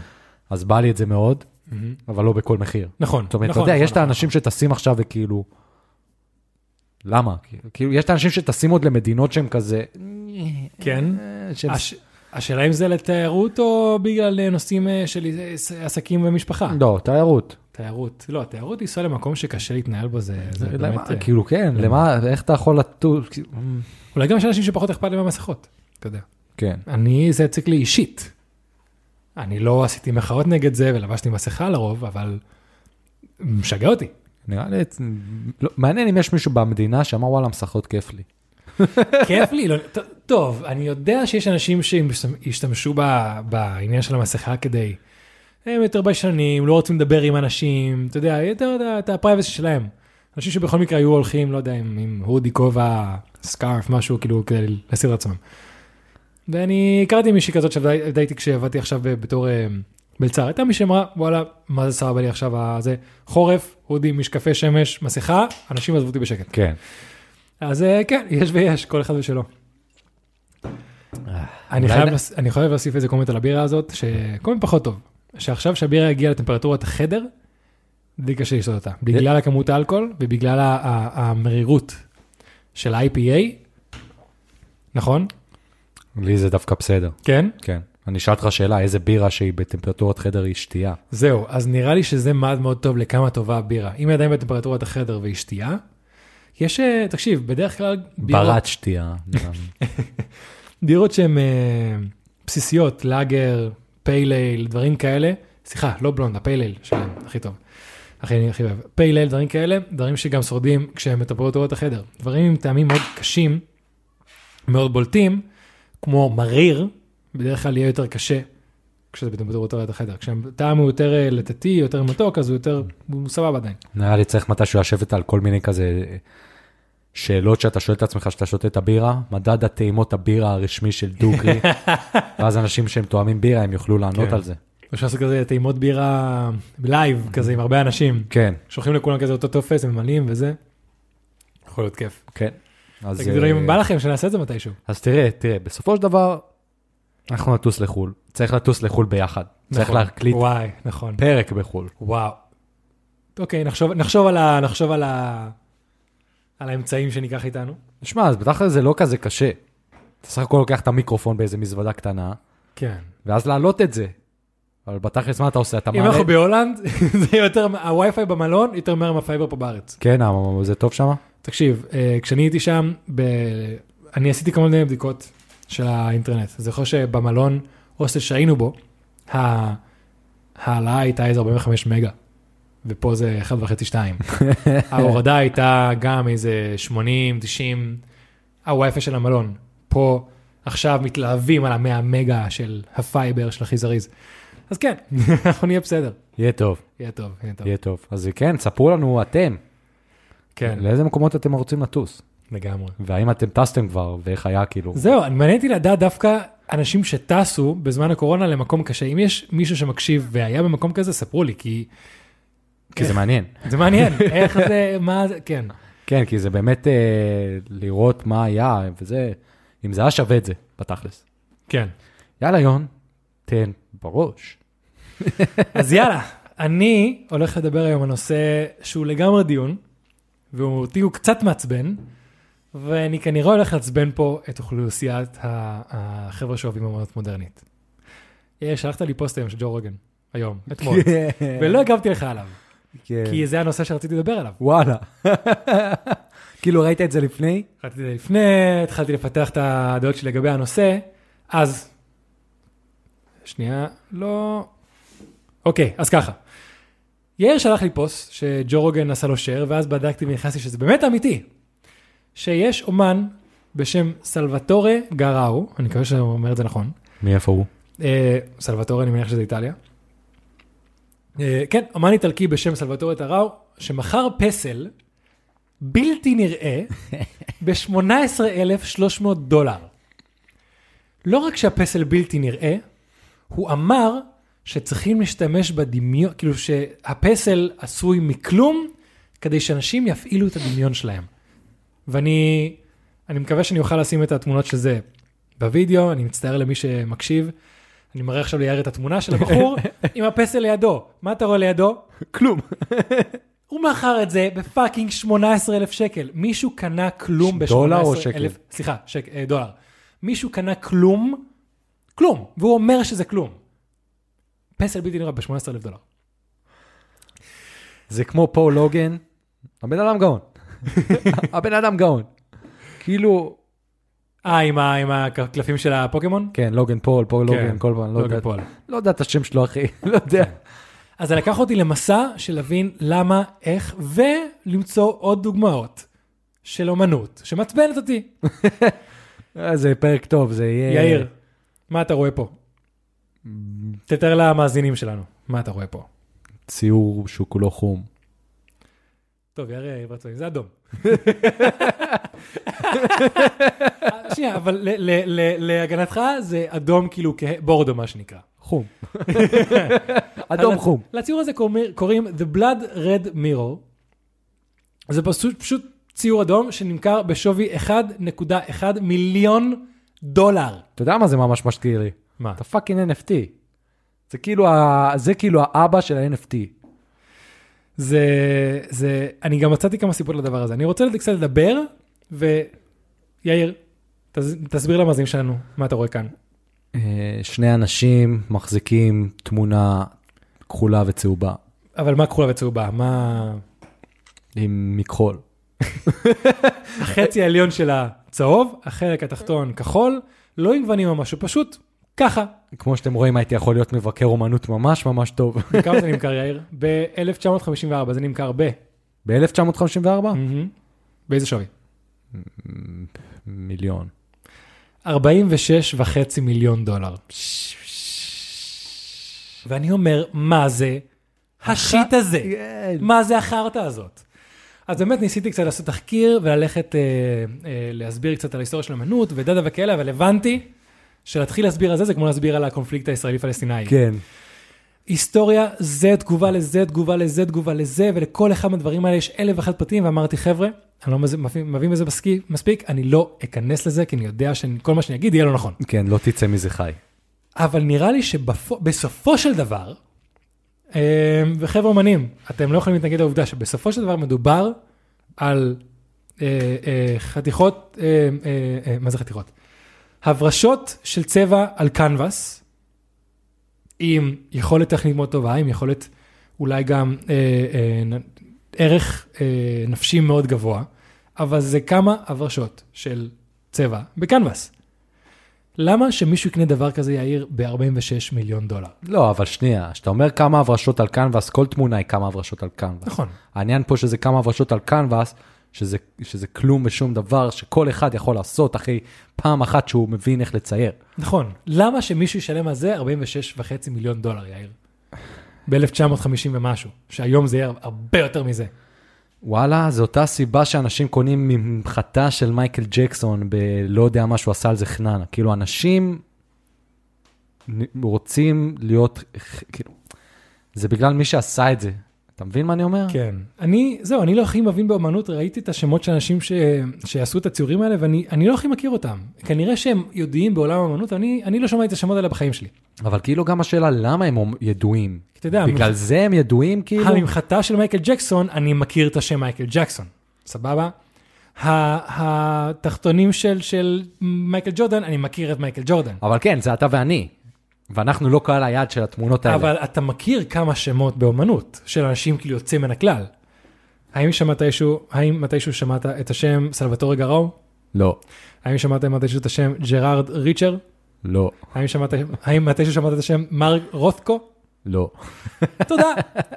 אז בא לי את זה מאוד, מהמם. אבל לא בכל מחיר. נכון, זאת אומרת, אתה נכון, יודע, נכון, יש את האנשים שטסים עכשיו וכאילו... למה? כאילו, יש את האנשים שטסים עוד למדינות שהם כזה... כן. אה, שהם- הש- השאלה אם זה לתיירות או בגלל אה, נושאים אה, של אה, ס- עסקים ומשפחה? לא, תיירות. תיירות. לא, תיירות לנסוע למקום שקשה להתנהל בו זה זה באמת... למה? אה, כאילו, כן, למה, איך אתה יכול לטוס? כאילו, אמ, אולי גם יש אנשים שפחות אכפת להם מהמסכות, אתה יודע. כן. אני, זה הציק לי אישית. אני לא עשיתי מחאות נגד זה ולבשתי מסכה לרוב, אבל משגע אותי. נראה לי, לא, מעניין אם יש מישהו במדינה שאמר וואלה מסכות כיף לי. כיף לי, לא, ט- טוב, אני יודע שיש אנשים שהשתמשו ב- בעניין של המסכה כדי, הם יותר ביישנים, לא רוצים לדבר עם אנשים, אתה יודע, יותר את ה- את הפרייבסי שלהם. אנשים שבכל מקרה היו הולכים, לא יודע, עם, עם הודי, כובע, סקארף, משהו, כאילו, כדי להסיר את עצמם. ואני הכרתי מישהי כזאת שעבדה איתי כשעבדתי עכשיו ב- בתור אה, מלצר, הייתה מי שאמרה, וואלה, מה זה סבבה לי עכשיו, ה- זה חורף, הודי, משקפי שמש, מסכה, אנשים עזבו אותי בשקט. כן. אז אה, כן, יש ויש, כל אחד ושלו. אני אולי חייב, נ- להוס... אני חייב להוסיף איזה קומנט על הבירה הזאת, שקומנט פחות טוב, שעכשיו שהבירה הגיעה לטמפרטורת החדר, די קשה לשתות אותה, בגלל הכמות האלכוהול ובגלל ה- ה- המרירות של ה-IPA, נכון? לי זה דווקא בסדר. כן? כן. אני אשאל אותך שאלה, איזה בירה שהיא בטמפרטורת חדר היא שתייה? זהו, אז נראה לי שזה מאוד מאוד טוב לכמה טובה הבירה. אם היא עדיין בטמפרטורת החדר והיא שתייה, יש, אה, תקשיב, בדרך כלל בירות, ברת שתייה. נראה לי. בירות שהן אה, בסיסיות, לאגר, פייל-אייל, דברים כאלה, סליחה, לא בלונד, הפייל-אייל שלהם, הכי טוב. הכי אני הכי אוהב. פייל-אייל, דברים כאלה, דברים שגם שורדים כשהם מטמפרטורת החדר. דברים עם טעמים מאוד קשים, מאוד בולטים, כמו מריר, בדרך כלל יהיה יותר קשה כשזה בטמפרטורת החדר. כשהטעם הוא יותר אה, לטטי, יותר מתוק, אז הוא יותר, הוא סבבה עדיין. נראה לי צריך מתישהו לשבת על כל מיני כזה אה, שאלות שאתה שואל את עצמך כשאתה שותה את הבירה, מדד הטעימות הבירה הרשמי של דוגרי, ואז אנשים שהם תואמים בירה הם יוכלו לענות כן. על זה. אפשר לעשות כזה טעימות בירה לייב, כזה עם הרבה אנשים. כן, שולחים לכולם כזה אותו טופס, הם ממלאים וזה. יכול להיות כיף. כן. אז, תגידו אה, אם בא לכם שנעשה את זה מתישהו. אז תראה, תראה, בסופו של דבר, אנחנו נטוס לחו"ל. צריך לטוס לחו"ל ביחד. צריך נכון. להקליט וואי, נכון. פרק בחו"ל. וואו. אוקיי, נחשוב, נחשוב על ה... נחשוב על ה... על האמצעים שניקח איתנו. שמע, אז בתכל'ס זה לא כזה קשה. אתה סך הכל לוקח את המיקרופון באיזה מזוודה קטנה, כן. ואז להעלות את זה. אבל בתכל'ס מה אתה עושה? אתה אם מעלה... אנחנו בהולנד, זה יותר... הווי-פיי במלון יותר מהר מהפייבר פה בארץ. כן, אה, זה טוב שם? תקשיב, אה, כשאני הייתי שם, ב... אני עשיתי כל מיני בדיקות של האינטרנט. אני זוכר שבמלון הוסטל שהיינו בו, ה- ההעלאה הייתה איזה 45 מגה, ופה זה 1.5-2. ההורדה הייתה גם איזה אה, 80, 90, הווי-פיי של המלון. פה עכשיו מתלהבים על ה-100 מגה של הפייבר של הכי זריז. אז כן, אנחנו נהיה בסדר. יהיה טוב, יהיה טוב, יהיה טוב. יהיה טוב. אז כן, ספרו לנו אתם, כן, לאיזה מקומות אתם רוצים לטוס? לגמרי. והאם אתם טסתם כבר, ואיך היה כאילו? זהו, אני מעניין אותי לדעת דווקא אנשים שטסו בזמן הקורונה למקום קשה. אם יש מישהו שמקשיב והיה במקום כזה, ספרו לי, כי כי זה מעניין. זה מעניין, איך זה, מה זה, כן. כן, כי זה באמת אה, לראות מה היה, וזה, אם זה היה שווה את זה, בתכל'ס. כן. יאללה, יון, תן בראש. אז יאללה, אני הולך לדבר היום על נושא שהוא לגמרי דיון, והוא אותי הוא קצת מעצבן, ואני כנראה הולך לעצבן פה את אוכלוסיית ה- החבר'ה שאוהבים אמנות מודרנית. אה, שלחת לי פוסט היום של ג'ו רוגן, היום, אתמול, ולא הגבתי לך עליו, כן. כי זה הנושא שרציתי לדבר עליו. וואלה. כאילו ראית את זה לפני? התחלתי את זה לפני, התחלתי לפתח את הדעות שלי לגבי הנושא, אז... שנייה, לא... אוקיי, אז ככה. יאיר שלח לי פוסט שג'ו רוגן עשה לו שייר, ואז בדקתי ונכנסתי שזה באמת אמיתי. שיש אומן בשם סלווטורה גראו, אני מקווה שאני אומר את זה נכון, מאיפה הוא? אה, סלווטורה, אני מניח שזה איטליה. אה, כן, אמן איטלקי בשם סלווטורה טראו, שמכר פסל בלתי נראה ב-18,300 דולר. לא רק שהפסל בלתי נראה, הוא אמר שצריכים להשתמש בדמיון, כאילו שהפסל עשוי מכלום, כדי שאנשים יפעילו את הדמיון שלהם. ואני אני מקווה שאני אוכל לשים את התמונות של זה בווידאו, אני מצטער למי שמקשיב. אני מראה עכשיו ליאיר את התמונה של הבחור עם הפסל לידו. מה אתה רואה לידו? כלום. הוא מכר את זה בפאקינג 18,000 שקל. מישהו קנה כלום ב-18,000... דולר או שקל? סליחה, שק, אה, דולר. מישהו קנה כלום, כלום, והוא אומר שזה כלום. פסל בלתי נראה ב-18,000 דולר. זה כמו פול לוגן, הבן אדם גאון. הבן אדם גאון. כאילו, אה, עם, ה, עם הקלפים של הפוקימון? כן, לוגן פול, פול כן, לוגן, כל פעם, לא לוגן יודע- פול. לא יודע את השם שלו, אחי, לא יודע. אז זה לקח אותי למסע של להבין למה, איך, ולמצוא עוד דוגמאות של אומנות שמעצבנת אותי. אה, זה פרק טוב, זה יהיה... יאיר, מה אתה רואה פה? תתאר למאזינים שלנו, מה אתה רואה פה? ציור שהוא כולו חום. טוב, יאיר יאיר ברצוני, זה אדום. שנייה, אבל ל- ל- ל- להגנתך זה אדום כאילו כהה- בורדו מה שנקרא. חום. אדום אז חום. לציור הזה קוראים- קוראים The Blood Red Mirror. זה פשוט, פשוט ציור אדום שנמכר בשווי 1.1 מיליון דולר. אתה יודע מה זה ממש מזכיר לי? מה? אתה פאקינג NFT. זה כאילו, ה... זה כאילו האבא של ה-NFT. זה, זה, אני גם מצאתי כמה סיפורות לדבר הזה. אני רוצה קצת לדבר, ויאיר, תס, תסביר למאזינים שלנו מה אתה רואה כאן. אה, שני אנשים מחזיקים תמונה כחולה וצהובה אבל מה כחולה וצהובה? מה... עם מכחול. החצי העליון שלה צהוב, החלק התחתון כחול, לא עם גוונים או משהו, פשוט ככה. כמו שאתם רואים, הייתי יכול להיות מבקר אומנות ממש ממש טוב. בכמה זה נמכר, יאיר? ב-1954, זה נמכר ב... ב-1954? מהמם. באיזה שווי? מיליון. 46 וחצי מיליון דולר. ואני אומר, מה זה השיט הזה? כן. מה זה החרטא הזאת? אז באמת ניסיתי קצת לעשות תחקיר וללכת אה, אה, להסביר קצת על ההיסטוריה של אמנות ודאדה וכאלה, אבל הבנתי שלהתחיל להסביר על זה זה כמו להסביר על הקונפליקט הישראלי-פלסטיני. כן. היסטוריה זה תגובה לזה, תגובה לזה, תגובה לזה, ולכל אחד מהדברים האלה יש אלף ואחת פרטים, ואמרתי, חבר'ה, אני לא מזה- מבין מבין בזה מסקי- מספיק, אני לא אכנס לזה, כי אני יודע שכל מה שאני אגיד יהיה לא נכון. כן, לא תצא מזה חי. אבל נראה לי שבסופו של דבר, אמ, וחבר'ה אומנים, אתם לא יכולים להתנגד לעובדה שבסופו של דבר מדובר על אה, אה, חתיכות, אה, אה, אה, מה זה חתיכות? הברשות של צבע על קנבס, עם יכולת טכנית מאוד טובה, עם יכולת אולי גם אה, אה, נ- ערך אה, נפשי מאוד גבוה, אבל זה כמה הברשות של צבע בקנבס. למה שמישהו יקנה דבר כזה יאיר ב-46 מיליון דולר? לא, אבל שנייה, כשאתה אומר כמה הברשות על קנבס, כל תמונה היא כמה הברשות על קנבס. נכון. העניין פה שזה כמה הברשות על קנבס, שזה, שזה כלום ושום דבר שכל אחד יכול לעשות אחרי פעם אחת שהוא מבין איך לצייר. נכון. למה שמישהו ישלם על זה 46 וחצי מיליון דולר, יאיר? ב-1950 ומשהו, שהיום זה יהיה הרבה יותר מזה. וואלה, זו אותה סיבה שאנשים קונים ממחטה של מייקל ג'קסון בלא יודע מה שהוא עשה על זה חננה. כאילו, אנשים נ- רוצים להיות, כאילו, זה בגלל מי שעשה את זה. אתה מבין מה אני אומר? כן. אני, זהו, אני לא הכי מבין באמנות, ראיתי את השמות של אנשים ש, שעשו את הציורים האלה, ואני אני לא הכי מכיר אותם. כנראה שהם יודעים בעולם האמנות, אני, אני לא שמעתי את השמות האלה בחיים שלי. אבל כאילו גם השאלה למה הם ידועים. אתה יודע, בגלל המח- זה הם ידועים כאילו? הממחטה של מייקל ג'קסון, אני מכיר את השם מייקל ג'קסון, סבבה? ה- התחתונים של, של מייקל ג'ורדן, אני מכיר את מייקל ג'ורדן. אבל כן, זה אתה ואני. ואנחנו לא קהל היעד של התמונות האלה. אבל אתה מכיר כמה שמות באומנות של אנשים כאילו יוצאים מן הכלל. האם שמעת אישהו, האם מתישהו שמעת את השם סלווטורי גראו? לא, האם שמעת מתישהו את השם ג'רארד ריצ'ר? לא, האם שמעת, האם מתישהו שמעת את השם מרק רות'קו? לא. תודה,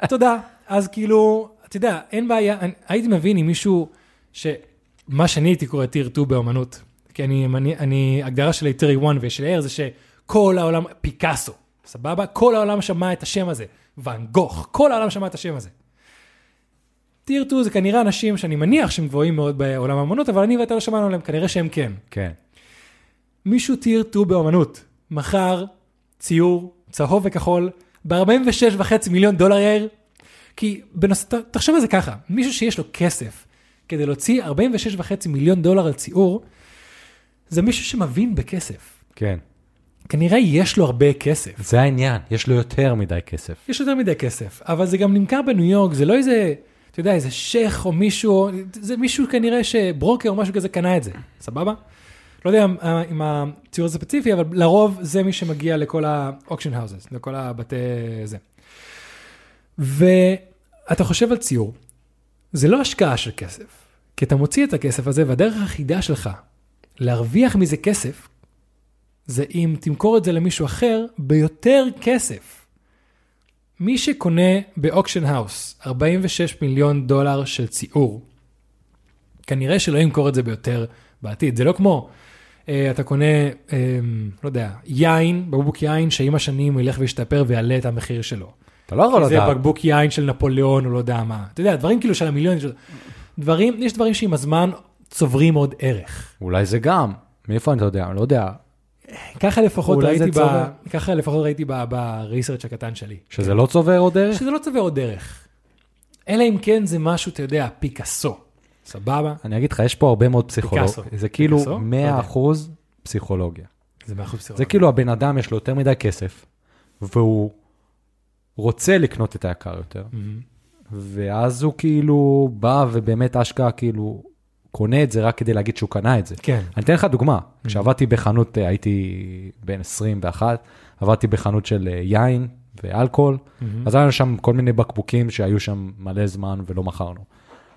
תודה. אז כאילו, אתה יודע, אין בעיה, אני, הייתי מבין אם מישהו, שמה שאני הייתי קורא טיר 2 באמנות, כי אני, אני, אני הגדרה שלי טיר 1 ושל אייר זה שכל העולם, פיקאסו, סבבה? כל העולם שמע את השם הזה, ואן גוך, כל העולם שמע את השם הזה. טיר 2 זה כנראה אנשים שאני מניח שהם גבוהים מאוד בעולם האמנות, אבל אני ואתה לא שמענו עליהם, כנראה שהם כן. כן. מישהו טיר 2 באמנות, מכר ציור צהוב וכחול ב-46 וחצי מיליון דולר יאיר. כי בנוס... ת- תחשוב על זה ככה, מישהו שיש לו כסף כדי להוציא 46 וחצי מיליון דולר על ציור, זה מישהו שמבין בכסף. כן. כנראה יש לו הרבה כסף. זה העניין, יש לו יותר מדי כסף. יש יותר מדי כסף, אבל זה גם נמכר בניו יורק, זה לא איזה, אתה יודע, איזה שייח או מישהו, זה מישהו כנראה שברוקר או משהו כזה קנה את זה, סבבה? לא יודע אם- אם הציור הזה ספציפי, אבל לרוב זה מי שמגיע לכל ה-auction houses, לכל הבתי זה. ואתה חושב על ציור, זה לא השקעה של כסף, כי אתה מוציא את הכסף הזה, והדרך היחידה שלך להרוויח מזה כסף, זה אם תמכור את זה למישהו אחר ביותר כסף. מי שקונה באוקשן האוס 46 מיליון דולר של ציור, כנראה שלא ימכור את זה ביותר בעתיד. זה לא כמו, אה, אתה קונה, אה, לא יודע, יין, בקבוק יין, שעם השנים הוא ילך וישתפר ויעלה את המחיר שלו. אתה לא יכול כי זה לדעת. בקבוק יין של נפוליאון, הוא לא יודע מה. אתה יודע, דברים כאילו של המיליון, של- דברים, יש דברים שעם הזמן צוברים עוד ערך. אולי זה גם. מאיפה אני יודע? לא יודע. ככה לפחות אולי זה ראיתי, ב... צובר. ככה לפחות ראיתי ב... בריסרצ' הקטן שלי. שזה לא צובר עוד ערך? שזה לא צובר עוד דרך. אלא אם כן זה משהו, אתה יודע, פיקאסו. סבבה? אני אגיד לך, יש פה הרבה מאוד פיקאסו. פסיכולוגיה. זה כאילו פיקאסו? לא 100% פסיכולוגיה. זה מאחורי פסיכולוגיה. זה כאילו הבן אדם יש לו יותר מדי כסף, והוא רוצה לקנות את היקר יותר, ואז הוא כאילו בא ובאמת אשכרה כאילו קונה את זה רק כדי להגיד שהוא קנה את זה. כן. אני אתן לך דוגמה, כשעבדתי בחנות, אה, הייתי בן 21, עבדתי בחנות של אה, יין ואלכוהול, אז היה לנו שם כל מיני בקבוקים שהיו שם מלא זמן ולא מכרנו.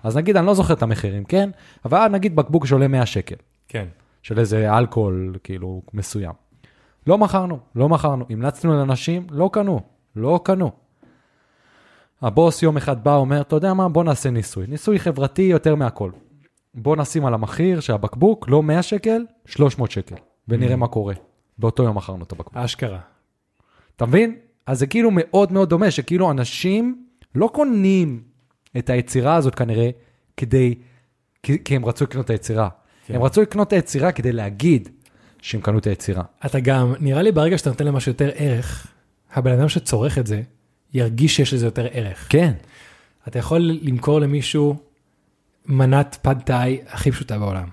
אז נגיד, אני לא זוכר את המחירים, כן? אבל היה נגיד בקבוק שעולה 100 שקל. כן. של איזה אלכוהול כאילו מסוים. לא מכרנו, לא מכרנו, המלצנו לאנשים, לא קנו, לא קנו. הבוס יום אחד בא, אומר, אתה יודע מה, בוא נעשה ניסוי, ניסוי חברתי יותר מהכל. בוא נשים על המחיר שהבקבוק, לא 100 שקל, 300 שקל, ונראה מה קורה. באותו יום מכרנו את הבקבוק. אשכרה. אתה מבין? אז זה כאילו מאוד מאוד דומה, שכאילו אנשים לא קונים את היצירה הזאת כנראה כדי, כי, כי הם רצו לקנות את היצירה. כן. כן. הם רצו לקנות את היצירה כדי להגיד שהם קנו את היצירה. אתה גם, נראה לי ברגע שאתה נותן למשהו יותר ערך, הבן אדם שצורך את זה, ירגיש שיש לזה יותר ערך. כן. אתה יכול למכור למישהו מנת פד תאי הכי פשוטה בעולם,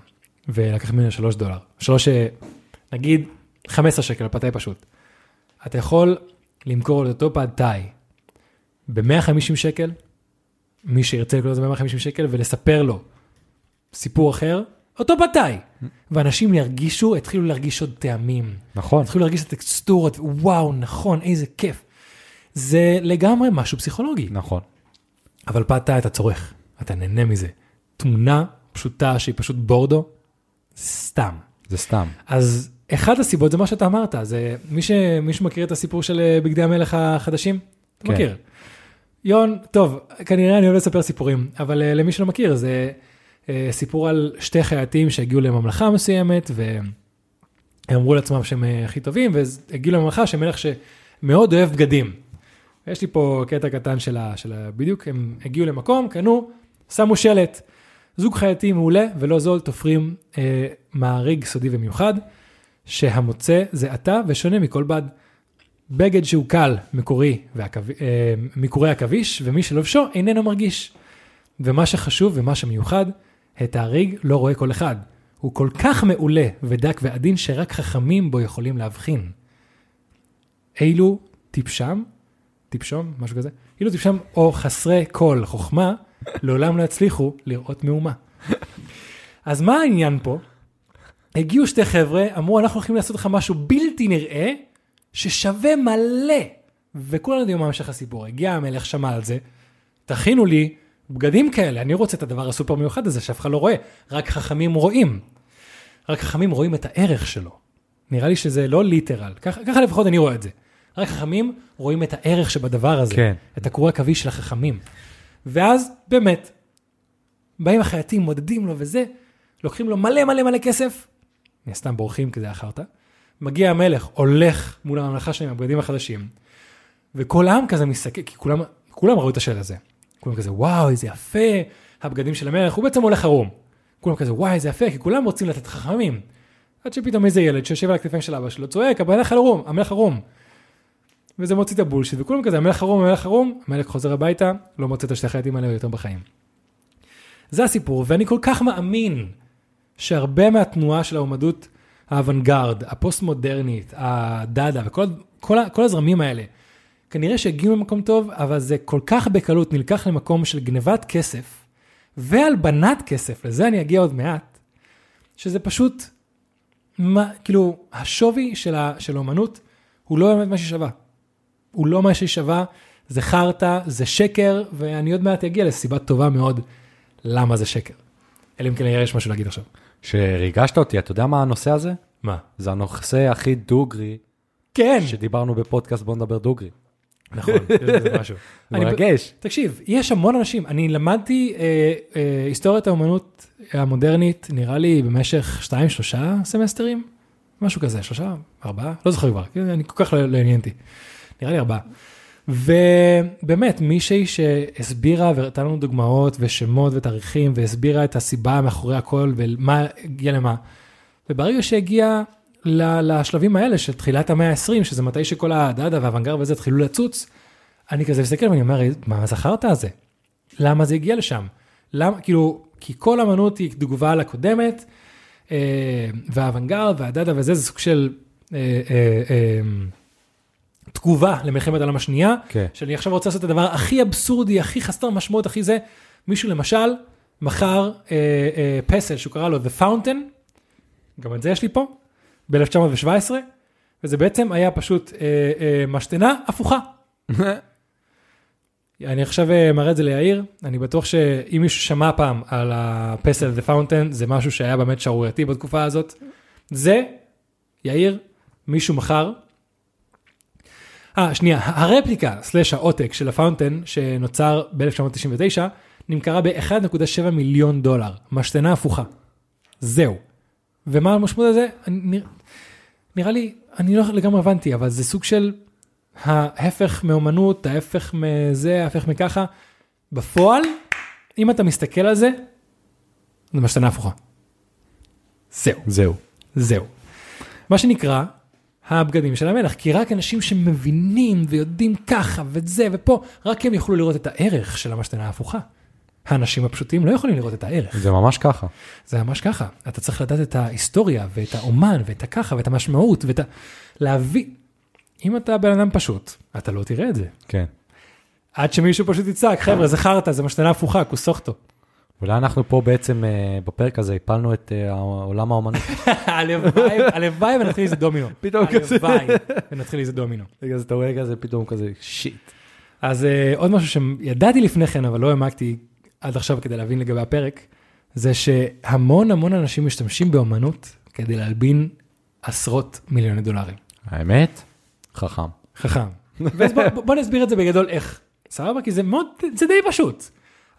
ולקח ממנו 3 דולר, 3, נגיד 15 שקל, פד תאי פשוט. אתה יכול למכור את אותו פד תאי ב-150 שקל, מי שירצה לקנות את זה ב-150 שקל, ולספר לו סיפור אחר, אותו פד תאי. ואנשים ירגישו, יתחילו להרגיש עוד טעמים, נכון. יתחילו להרגיש את הטקסטורות, וואו, נכון, איזה כיף. זה לגמרי משהו פסיכולוגי. נכון. אבל פאטה אתה צורך, אתה נהנה מזה. תמונה פשוטה שהיא פשוט בורדו, סתם. זה סתם. אז אחת הסיבות זה מה שאתה אמרת, זה מי, ש... מי שמכיר את הסיפור של אה, בגדי המלך החדשים, אתה כן. מכיר. יון, טוב, כנראה אני אוהב לספר סיפורים, אבל אה, למי שלא מכיר, זה אה, סיפור על שתי חייטים שהגיעו לממלכה מסוימת, והם אמרו לעצמם שהם אה, הכי טובים, והגיעו לממלכה שמלך שמאוד אוהב בגדים. יש לי פה קטע קטן של ה... של ה... בדיוק, הם הגיעו למקום, קנו, שמו שלט. זוג חייטים מעולה ולא זול תופרים אה, מארג סודי ומיוחד, שהמוצא זה אתה ושונה מכל בד. בגד שהוא קל, מקורי, והקב... אה, מקורי עכביש, ומי שלובשו איננו מרגיש. ומה שחשוב ומה שמיוחד, את האריג לא רואה כל אחד. הוא כל כך מעולה ודק ועדין שרק חכמים בו יכולים להבחין. אילו טיפשם, טיפשום, משהו כזה, אילו טיפשם או חסרי כל חוכמה, לעולם לא יצליחו לראות מהומה. אז מה העניין פה? הגיעו שתי חבר'ה, אמרו, אנחנו הולכים לעשות לך משהו בלתי נראה, ששווה מלא. וכולם יודעים מה המשך הסיפור. הגיע המלך, שמע על זה, תכינו לי בגדים כאלה, אני רוצה את הדבר הסופר מיוחד הזה שאף אחד לא רואה, רק חכמים רואים. רק חכמים רואים את הערך שלו. נראה לי שזה לא ליטרל, ככה, ככה לפחות אני רואה את זה. רק חכמים רואים את הערך שבדבר הזה, כן. את הקרוע הקווי של החכמים. ואז, באמת, באים החייטים, מודדים לו וזה, לוקחים לו מלא מלא מלא כסף, מן הסתם בורחים כי זה היה חרטא, מגיע המלך, הולך מול הממלכה שלהם, הבגדים החדשים, וכל העם כזה מסתכל, כי כולם, כולם ראו את השלט הזה. כולם כזה, וואו, איזה יפה, הבגדים של המלך, הוא בעצם הולך ערום. כולם כזה, וואי, איזה יפה, כי כולם רוצים לתת חכמים. עד שפתאום איזה ילד שיושב על הכתפיים של אבא שלו, צועק, המלך ערום, המלך ערום. וזה מוציא את הבולשיט, וכולם כזה, המלך ערום, המלך ערום, המלך חוזר הביתה, לא מוצא את השתי החייטים האלה יותר בחיים. זה הסיפור, ואני כל כך מאמין שהרבה מהתנועה של האומנות האוונגרד, הפוסט-מודרנית, הדאדה וכל כל, ה- כל הזרמים האלה, כנראה שהגיעו למקום טוב, אבל זה כל כך בקלות נלקח למקום של גנבת כסף והלבנת כסף, לזה אני אגיע עוד מעט, שזה פשוט, מה, כאילו, השווי של, ה, של האומנות הוא לא באמת מה שהיא שווה. הוא לא מה שהיא שווה, זה חרטא, זה שקר, ואני עוד מעט אגיע לסיבה טובה מאוד למה זה שקר. אלא אם כן ליאיר יש משהו להגיד עכשיו. שריגשת אותי, אתה יודע מה הנושא הזה? מה? זה הנושא הכי דוגרי כן, שדיברנו בפודקאסט בוא נדבר דוגרי. נכון, יש בזה משהו. אני- מרגש. תקשיב, יש המון אנשים, אני למדתי אה, אה, היסטוריית האומנות המודרנית, נראה לי במשך 2-3 סמסטרים, משהו כזה, 3, 4, לא זוכר כבר, כן, אני כל כך לא לא עניין אותי, נראה לי 4. ובאמת, מישהי שהסבירה ונתנה לנו דוגמאות ושמות ותאריכים, והסבירה את הסיבה מאחורי הכל ומה הגיע למה. וברגע שהגיע ל- לשלבים האלה של תחילת המאה ה-20, שזה מתי שכל הדאדה והוונגר וזה התחילו לצוץ, אני כזה מסתכל ואני אומר, מה זכרת הזה? למה זה הגיע לשם? למה, כאילו, כי כל אמנות היא תגובה לקודמת, אה, והאוונגרד והדאדה וזה, זה סוג של אה, אה, אה, תגובה למלחמת העולם השנייה, כן. שאני עכשיו רוצה לעשות את הדבר הכי אבסורדי, הכי חסר משמעות, הכי זה. מישהו למשל מכר אה, אה, פסל שהוא קרא לו The Fountain, גם את זה יש לי פה, ב-1917, וזה בעצם היה פשוט אה, אה, משתנה הפוכה. אני עכשיו אה, מראה את זה ליאיר, אני בטוח שאם מישהו שמע פעם על הפסל The Fountain, זה משהו שהיה באמת שערורייתי בתקופה הזאת. זה, יאיר, מישהו מכר. אה, שנייה, הרפליקה, סלאש העותק של הפאונטן, שנוצר ב-1999, נמכרה ב-1.7 מיליון דולר, משתנה הפוכה. זהו. ומה המשמעות הזה? אני, נרא- נראה לי, אני לא לגמרי הבנתי, אבל זה סוג של ההפך מאומנות, ההפך מזה, ההפך מככה. בפועל, אם אתה מסתכל על זה, זה משתנה הפוכה. זהו, זהו. זהו. מה שנקרא, הבגדים של המלך, כי רק אנשים שמבינים ויודעים ככה וזה ופה, רק הם יוכלו לראות את הערך של המשתנה ההפוכה. האנשים הפשוטים לא יכולים לראות את הערך. זה ממש ככה. זה ממש ככה, אתה צריך לדעת את ההיסטוריה ואת האומן ואת הככה ואת המשמעות ואת ה... להבין. אם אתה בן אדם פשוט, אתה לא תראה את זה. כן. עד שמישהו פשוט יצעק, חבר'ה, זה חרטא, זה משתנה הפוכה, כוסוכטו. אולי אנחנו פה בעצם אה, בפרק הזה הפלנו את אה, עולם האומנות. הלוואי, הלוואי ונתחיל איזה דומינו. פתאום לא כזה. הלוואי ונתחיל איזה דומינו. רגע, אז אתה רואה רגע זה פתאום כזה שיט. אז אה, עוד משהו שידעתי לפני כן, אבל לא העמקתי עד עכשיו כדי להבין לגבי הפרק, זה שהמון המון אנשים משתמשים באומנות כדי להלבין עשרות מיליוני דולרים. האמת? חכם. חכם. ואז בוא, בוא נסביר את זה בגדול איך. סבבה? כי זה מאוד, זה די פשוט.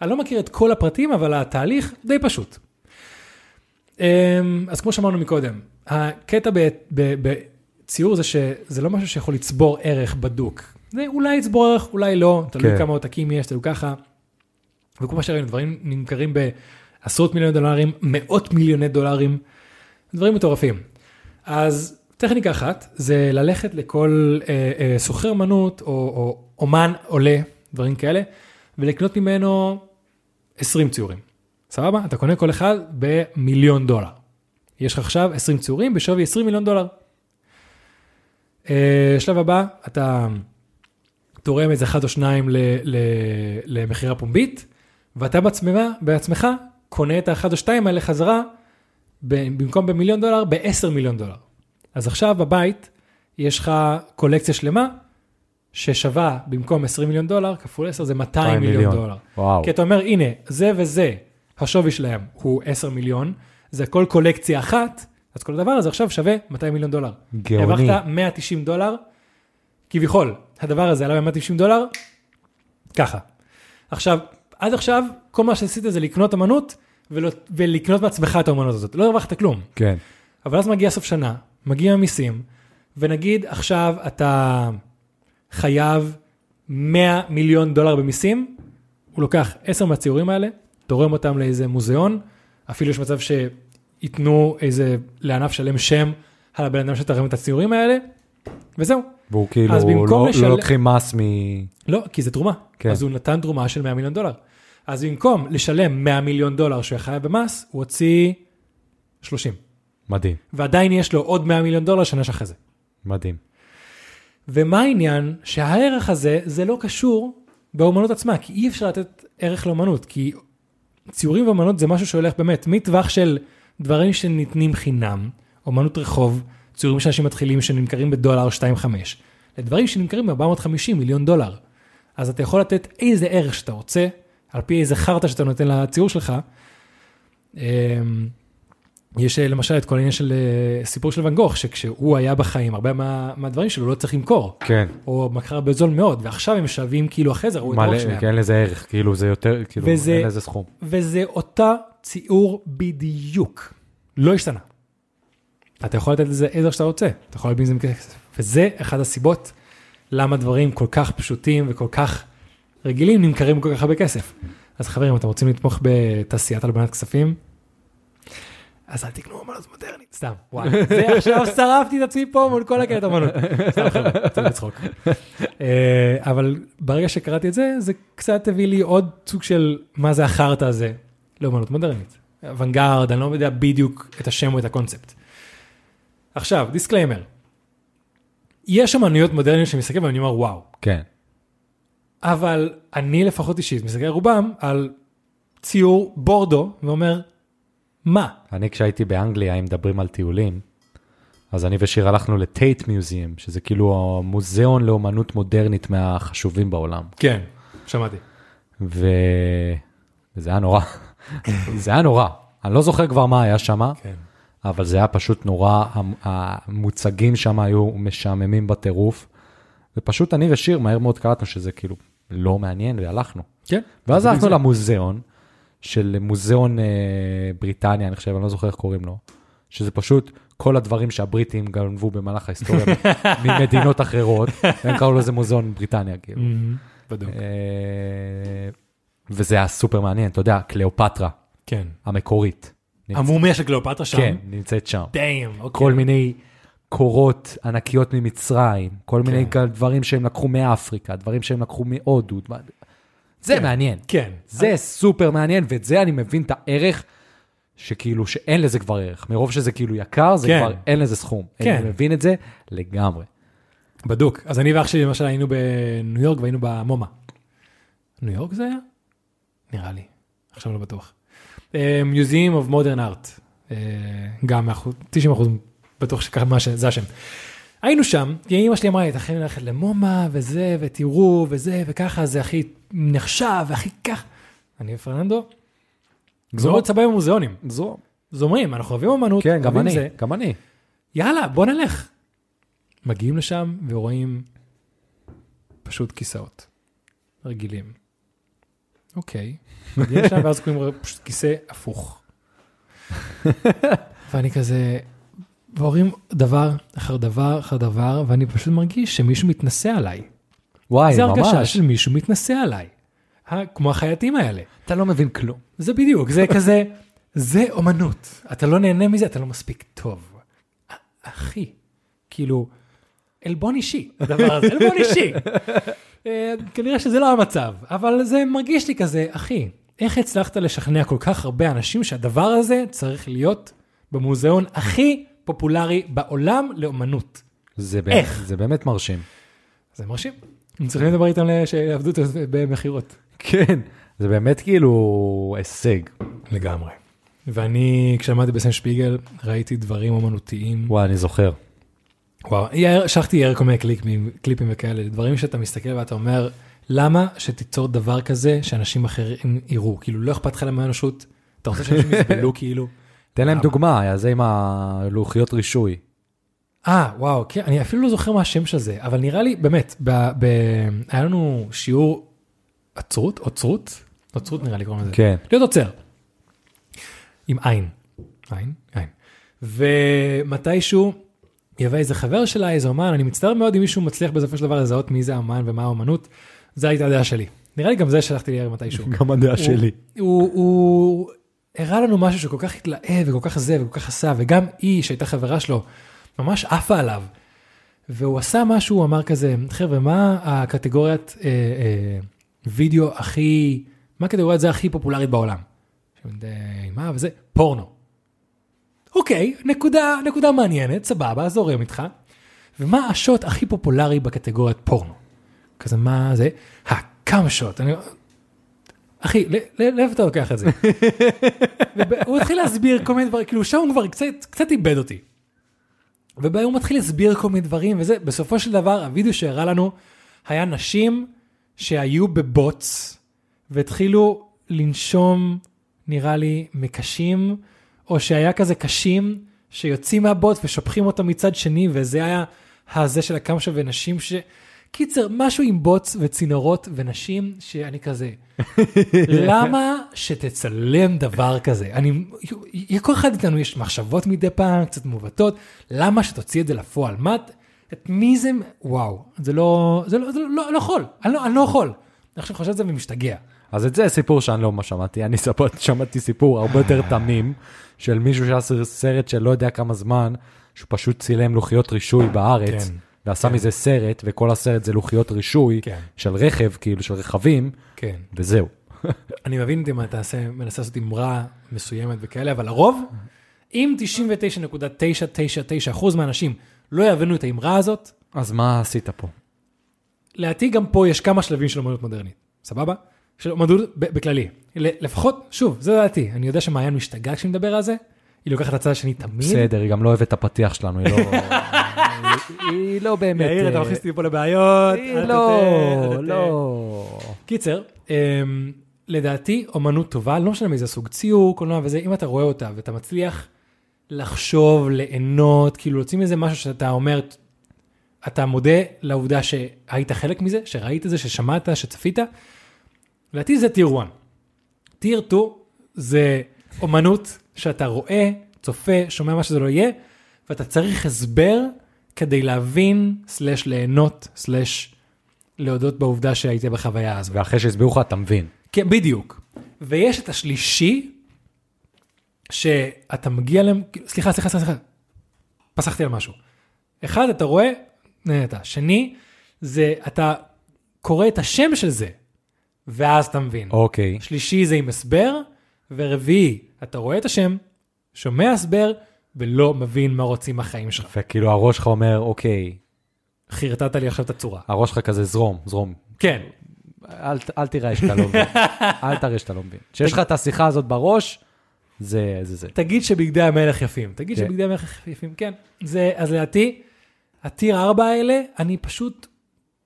אני לא מכיר את כל הפרטים, אבל התהליך די פשוט. אמ, אז כמו שאמרנו מקודם, הקטע ב- ב- בציור זה שזה לא משהו שיכול לצבור ערך בדוק. זה אולי יצבור ערך, אולי לא, תלוי כן. כמה עותקים יש, תלוי ככה. וכמו שראינו, דברים נמכרים בעשרות מיליוני דולרים, מאות מיליוני דולרים, דברים מטורפים. אז טכניקה אחת זה ללכת לכל אה, אה, סוחר אמנות או, או אומן עולה, דברים כאלה, ולקנות ממנו 20 ציורים. סבבה? אתה קונה כל אחד במיליון דולר. יש לך עכשיו 20 ציורים בשווי 20 מיליון דולר. אה, שלב הבא, אתה תורם איזה אחד או שניים ל- ל- למכירה פומבית, ואתה בעצמך, בעצמך קונה את האחד או שתיים האלה חזרה, ב- במקום במיליון דולר, ב-10 מיליון דולר. אז עכשיו בבית יש לך קולקציה שלמה, ששווה במקום 20 מיליון דולר, כפול 10 זה 200 מיליון דולר. וואו. כי אתה אומר, הנה, זה וזה, השווי שלהם הוא 10 מיליון, זה הכל קולקציה אחת, אז כל הדבר הזה עכשיו שווה 200 מיליון דולר. גאוני. הרווחת 190 דולר, כביכול, הדבר הזה עלה ב-190 דולר, ככה. עכשיו, עד עכשיו, כל מה שעשית זה לקנות אמנות, ולא, ולקנות מעצמך את האמנות הזאת. לא הרווחת כלום. כן. אבל אז מגיע סוף שנה, מגיע המיסים, ונגיד עכשיו אתה חייב 100 מיליון דולר במיסים, הוא לוקח 10 מהציורים האלה, תורם אותם לאיזה מוזיאון, אפילו יש מצב שייתנו איזה, לענף שלם שם על הבן אדם שתרם את הציורים האלה, וזהו. והוא כאילו, אז במקום לא- לשל- לא לוקחים מס מ... לא, כי זה תרומה. כן. כן. אז הוא נתן תרומה של 100 מיליון דולר. אז במקום לשלם 100 מיליון דולר שהוא היה חייב במס, הוא הוציא 30. מדהים, ועדיין יש לו עוד 100 מיליון דולר שנה שאחרי זה. מדהים. ומה העניין? שהערך הזה, זה לא קשור באומנות עצמה, כי אי אפשר לתת ערך לאומנות, כי ציורים ואומנות זה משהו שהולך באמת מטווח של דברים שניתנים חינם, אומנות רחוב, ציורים שאנשים מתחילים שנמכרים בדולר 2.5, לדברים שנמכרים ב-450 מיליון דולר. אז אתה יכול לתת איזה ערך שאתה רוצה, על פי איזה חרטא שאתה נותן לציור שלך. אמ, יש אה, למשל את כל העניין של אה, סיפור של ואן גוך, שכשהוא היה בחיים, הרבה מה, מהדברים שלו לא צריך למכור, כן. או מכר בזול מאוד, ועכשיו הם שווים כאילו אחרי זה, ראו את מלא, האור שלהם. כי אין לזה ערך, כאילו זה יותר, כאילו וזה- אין לזה סכום. וזה אותה ציור בדיוק, לא השתנה. אתה יכול לתת לזה עזר שאתה רוצה, אתה יכול להבין את זה מכסף. וזה אחת הסיבות למה דברים כל כך פשוטים וכל כך רגילים נמכרים בכל כך הרבה כסף. אז חברים, אתם רוצים לתמוך בתעשיית הלבנת כספים? אז אל תקנו אמנות מודרנית, סתם, וואי, זה עכשיו שרפתי את עצמי פה מול כל הקטע אמנות. סתם חבר'ה, צריך לצחוק. אה, אבל ברגע שקראתי את זה, זה קצת הביא לי עוד סוג של מה זה החרטא הזה לאומנות מודרנית. אוונגרד, אני לא יודע בדיוק את השם או את הקונספט. עכשיו, דיסקליימר. יש אמנויות מודרניות שאני מסתכל ואני אומר וואו, כן. אבל אני לפחות אישית מסתכל רובם על ציור בורדו ואומר, מה? אני כשהייתי באנגליה, אם מדברים על טיולים, אז אני ושיר הלכנו לטייט מיוזיאם, שזה כאילו המוזיאון לאומנות מודרנית מהחשובים בעולם. כן, שמעתי. ו... וזה היה נורא. זה היה נורא. אני לא זוכר כבר מה היה שם, כן. אבל זה היה פשוט נורא, המ- המוצגים שם היו משעממים בטירוף. ופשוט אני ושיר מהר מאוד קלטנו שזה כאילו לא מעניין והלכנו. כן. ואז בדיוק הלכנו זה. למוזיאון, של מוזיאון אה, בריטניה, אני חושב, אני לא זוכר איך קוראים לו, שזה פשוט כל הדברים שהבריטים גנבו במהלך ההיסטוריה ממדינות אחרות, הם קראו לזה מוזיאון בריטניה, כאילו. מהמם, בדיוק. אה, וזה היה סופר מעניין, אתה יודע, קליאופטרה כן. המקורית. נמצאת- המומיה של קליאופטרה שם? כן, נמצאת שם. דיים, אוקיי. כל מיני קורות ענקיות ממצרים, כל מיני כן. דברים שהם לקחו מאפריקה, דברים שהם לקחו מהודו. דבר- זה כן. מעניין. כן. זה סופר מעניין, ואת זה אני מבין את הערך, שכאילו, שאין לזה כבר ערך. מרוב שזה כאילו יקר, זה כן. כבר אין לזה סכום. כן. אני מבין את זה לגמרי. בדוק. אז אני ואח שלי למשל היינו בניו יורק והיינו במומה. ניו יורק זה היה? נראה לי. עכשיו לא בטוח. אה, Museum of Modern Art. אה, גם מאחוז- 90% בטוח שככה מה ש- זה השם. היינו שם, כי אמא שלי אמרה לי, אתם חייבים ללכת למומה וזה, ותראו, וזה, וככה, זה הכי נחשב, והכי ככה. אני ופרננדו, מאוד סבבה במוזיאונים. זו. זומרים, אנחנו אוהבים אמנות, כן, גם אוהבים אני, זה. גם אני. יאללה, בוא נלך. מגיעים לשם ורואים פשוט כיסאות רגילים. אוקיי. מגיעים לשם ואז קוראים פשוט כיסא הפוך. ואני כזה, והורים דבר אחר דבר אחר דבר, ואני פשוט מרגיש שמישהו מתנשא עליי. וואי, זו הרגשה ממש. של מישהו מתנשא עליי. ה- כמו החייטים האלה. אתה לא מבין כלום. זה בדיוק, זה כזה, זה אומנות. אתה לא נהנה מזה, אתה לא מספיק טוב. א- אחי, כאילו, עלבון אישי, הדבר הזה, עלבון אישי. אה, כנראה שזה לא המצב, אבל זה מרגיש לי כזה, אחי, איך הצלחת לשכנע כל כך הרבה אנשים שהדבר הזה צריך להיות במוזיאון הכי פופולרי בעולם לאומנות? זה באמת- איך? זה באמת מרשים. זה מרשים. הם צריכים לדבר איתם ל- שיעבדו את זה במכירות. כן. זה באמת כאילו הישג. לגמרי. ואני, כשעמדתי בסן שפיגל, ראיתי דברים אומנותיים. וואי, אני זוכר. וואו, יאיר- שלחתי יאיר כל מיני קליפים, קליפים וכאלה, דברים שאתה מסתכל ואתה אומר, למה שתיצור דבר כזה שאנשים אחרים יראו? כאילו, לא אכפת לך מהאנושות, אתה רוצה שאנשים יסבלו כאילו? תן להם למה? דוגמה, היה זה עם הלוחיות רישוי. אה, וואו, כן, אני אפילו לא זוכר מה השם של זה, אבל נראה לי, באמת, ב, ב, היה לנו שיעור עצרות, עוצרות, עוצרות נראה לי קוראים לזה. כן. להיות עוצר. עם עין. עין? עין. ומתישהו יבוא איזה חבר שלה, איזה אומן, אני מצטער מאוד אם מישהו מצליח בסופו של דבר לזהות מי זה האומן ומה האומנות, זו הייתה הדעה שלי. נראה לי גם זה שלחתי ליאיר מתישהו. גם הדעה הוא- הוא, הוא הראה לנו משהו שכל כך התלהב וכל כך זה וכל כך עשה, וגם היא שהייתה חברה שלו, ממש עפה עליו. והוא עשה משהו, הוא אמר כזה, חבר'ה, מה הקטגוריית אה, אה, וידאו הכי, מה הקטגוריית זה הכי פופולרית בעולם? עכשיו, אה, מה וזה? פורנו. אוקיי, נקודה, נקודה מעניינת, סבבה, זורם איתך. ומה השוט הכי פופולרי בקטגוריית פורנו? כזה, מה זה? הקאם שוט. אני... אחי, לא, ל- ל- לאיפה אתה לוקח את זה? וב- הוא התחיל להסביר כל מיני דברים, כאילו שם הוא כבר קצת, קצת איבד אותי. והוא מתחיל להסביר כל מיני דברים וזה, בסופו של דבר הוידאו שהראה לנו היה נשים שהיו בבוץ והתחילו לנשום נראה לי מקשים או שהיה כזה קשים שיוצאים מהבוט ושופכים אותם מצד שני, וזה היה הזה של הקמשה ונשים ש... קיצר, משהו עם בוץ וצינורות ונשים, שאני כזה, למה שתצלם דבר כזה? אני, לכל אחד איתנו יש מחשבות מדי פעם, קצת מעוותות, למה שתוציא את זה לפועל? מה, את- את מי זה, וואו, זה לא, זה לא, זה לא, לא, לא יכול, אני לא, אני לא יכול. אני עכשיו חושב על זה ומשתגע. אז את זה סיפור שאני לא ממש שמעתי, אני ספר- שמעתי סיפור הרבה יותר תמים של מישהו שעשה סרט של לא יודע כמה זמן, שהוא פשוט צילם לוחיות רישוי בארץ, כן, ועשה מזה סרט, וכל הסרט זה לוחיות רישוי כן. של רכב, כאילו של רכבים, כן. וזהו. אני מבין אם אתה עושה- מנסה לעשות אמרה מסוימת וכאלה, אבל לרוב, אם 99.999% מהאנשים לא יבינו את האמרה הזאת, אז מה עשית פה? לדעתי גם פה יש כמה שלבים של אומנות מודרנית, סבבה? של אומנות ב- בכללי. ל- לפחות, שוב, זה דעתי, אני יודע שמעיין משתגע כשאני מדבר על זה, היא לוקחת את הצד השני תמיד. בסדר, היא גם לא אוהבת את הפתיח שלנו, היא לא... היא- היא לא באמת... יאיר, אתה אה, מכניס אותי פה לבעיות. היא אל לא, תטעה, אל תטעה. לא. קיצר, אמ, לדעתי אומנות טובה, לא משנה מאיזה סוג ציור, קולנוע וזה, אם אתה רואה אותה ואתה מצליח לחשוב, ליהנות, כאילו להוציא מזה משהו שאתה אומר, אתה מודה לעובדה שהיית חלק מזה, שראית את זה, ששמעת, שצפית, לדעתי זה טיר 1. טיר 2 זה אומנות שאתה רואה, צופה, שומע מה שזה לא יהיה, ואתה צריך הסבר כדי להבין, סלש ליהנות, סלש להודות בעובדה שהיית בחוויה הזו. ואחרי שהסבירו לך, אתה מבין. כן, בדיוק. ויש את השלישי, שאתה מגיע להם, סליחה, סליחה, סליחה, סליחה. פסחתי על משהו. אחד, אתה רואה, נהנית. שני, זה אתה קורא את השם של זה, ואז אתה מבין. אוקיי. שלישי זה עם הסבר, ורביעי, אתה רואה את השם, שומע הסבר, ולא מבין מה רוצים מהחיים שלך. וכאילו הראש שלך אומר, אוקיי, חרטטת לי עכשיו את הצורה. הראש שלך כזה זרום, זרום. כן, אל, ת- אל תיראה שאתה לא מבין, אל תראה שאתה לא מבין. כשיש לך את השיחה הזאת בראש, זה זה זה. תגיד שבגדי המלך יפים. תגיד כן. שבגדי המלך יפים, כן. זה, אז לדעתי, הטיר 4 האלה, אני פשוט,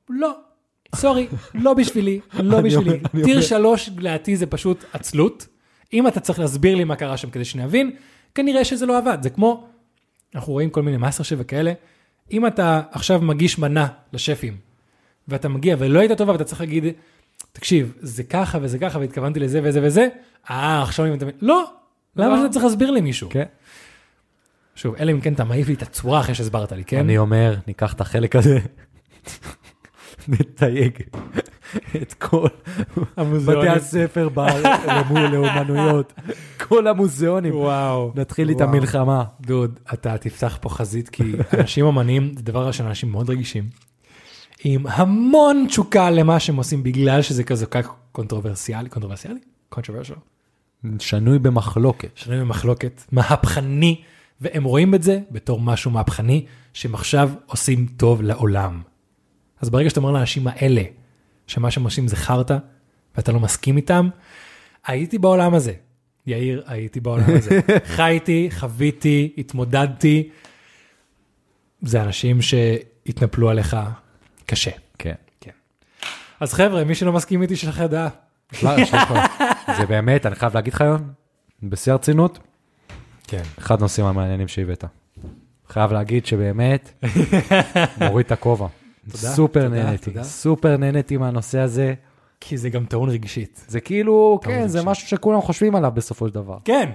לא. סורי, לא בשבילי, לא אני בשבילי. אומר- אני טיר אומר- 3 לדעתי זה פשוט עצלות. אם אתה צריך להסביר לי מה קרה שם כדי שנבין, כנראה שזה לא עבד. זה כמו, אנחנו רואים כל מיני מאסטר שף וכאלה, אם אתה עכשיו מגיש מנה לשפים, ואתה מגיע ולא היית טובה, ואתה צריך להגיד, תקשיב, זה ככה וזה ככה, והתכוונתי לזה וזה וזה, אה, עכשיו אם אתה... מבין." לא, למה לא. שאתה צריך להסביר למישהו? כן. שוב, אלא אם כן אתה מעיף לי את הצורה אחרי שהסברת לי, כן? אני אומר, ניקח את החלק הזה, נתייג את כל בתי המוזיאונים. הספר בארץ לאמו- לאומנויות, כל המוזיאונים. וואו. נתחיל את וואו. המלחמה. דוד, אתה תפתח פה חזית, כי אנשים אמנים זה דבר של אנשים מאוד רגישים, עם המון תשוקה למה שהם עושים, בגלל שזה כזה כל כך קונטרוברסיאלי, קונטרוברסיאלי? קונטרוברסיאל. שנוי במחלוקת. שנוי במחלוקת, מהפכני, והם רואים את זה בתור משהו מהפכני, שהם עכשיו עושים טוב לעולם. אז ברגע שאתה אומר לאנשים האלה, שמה שהם עושים זה חרטא, ואתה לא מסכים איתם, הייתי בעולם הזה. יאיר, הייתי בעולם הזה. חייתי, חוויתי, התמודדתי. זה אנשים שהתנפלו עליך קשה. כן. אז חבר'ה, מי שלא מסכים איתי, שלח ידעה. לא, שלוש פעמים. זה באמת, אני חייב להגיד לך יון, בשיא הרצינות, כן. אחד הנושאים המעניינים שהבאת. חייב להגיד שבאמת, מוריד את הכובע. תודה, סופר תודה, נהניתי, תודה. סופר נהניתי מהנושא הזה. כי זה גם טעון רגשית. זה כאילו, כן, זה רגשי. משהו שכולם חושבים עליו בסופו של דבר. כן,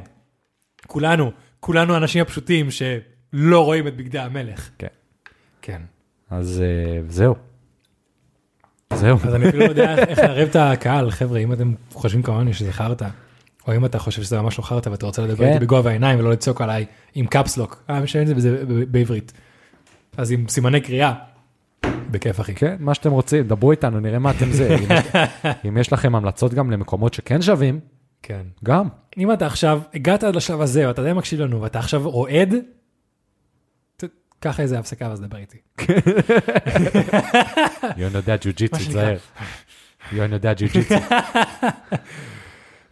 כולנו, כולנו האנשים הפשוטים שלא רואים את בגדי המלך. כן. כן. אז אה, זהו. זהו. אז אני אפילו לא יודע איך- איך לערב את הקהל, חבר'ה, אם אתם חושבים כמוני שזה חרטא, או אם אתה חושב שזה ממש לא חרטא ואתה רוצה לדבר כן. איתי בגובה העיניים ולא לצעוק עליי עם קפסלוק, אה, משנה את זה בזה- ב- ב- בעברית. אז עם סימני קריאה, בכיף אחי. כן, מה שאתם רוצים, דברו איתנו, נראה מה אתם זה. אם יש- אם יש לכם המלצות גם למקומות שכן שווים, כן. גם. אם אתה עכשיו, הגעת עד לשלב הזה, ואתה עדיין מקשיב לנו, ואתה עכשיו רועד, ת- קח איזה הפסקה ואז דבר איתי. יון יודע ג'ו-ג'יצו, מה שנקרא. תזהר. יון יודע ג'ו-ג'יצו.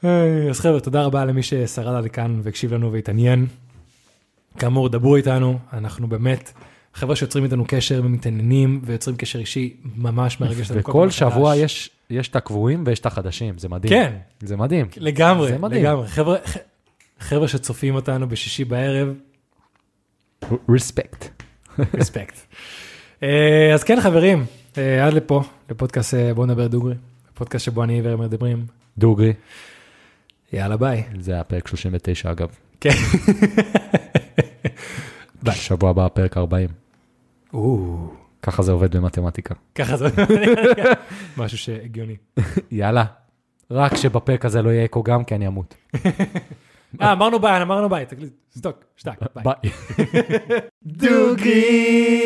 היי, אז חבר'ה, תודה רבה למי ששרד עד כאן והקשיב לנו והתעניין. כאמור, דברו איתנו, אנחנו באמת חבר'ה שיוצרים איתנו קשר ומתעניינים ויוצרים קשר אישי ממש מהרגע שאתם וכל שבוע יש יש את הקבועים ויש את החדשים, זה מדהים. כן. זה מדהים. לגמרי, זה מדהים. לגמרי. חבר'ה, ח- חבר'ה שצופים אותנו בשישי בערב, רספקט. רספקט. אה, אז כן, חברים, אה, עד לפה, לפודקאסט אה, בוא נדבר דוגרי, פודקאסט שבו אני וערב מדברים. דוגרי, יאללה, ביי. זה היה פרק 39 אגב. כן. ביי. שבוע הבא פרק 40. או, ככה זה עובד במתמטיקה. ככה זה, משהו שהגיוני. יאללה. רק שבפרק הזה לא יהיה אקו גם כי אני אמות. Ah, אה, אמרנו ביי, אמרנו ביי, תקליט, סטוק, שטק, ביי. ביי. דוגרי.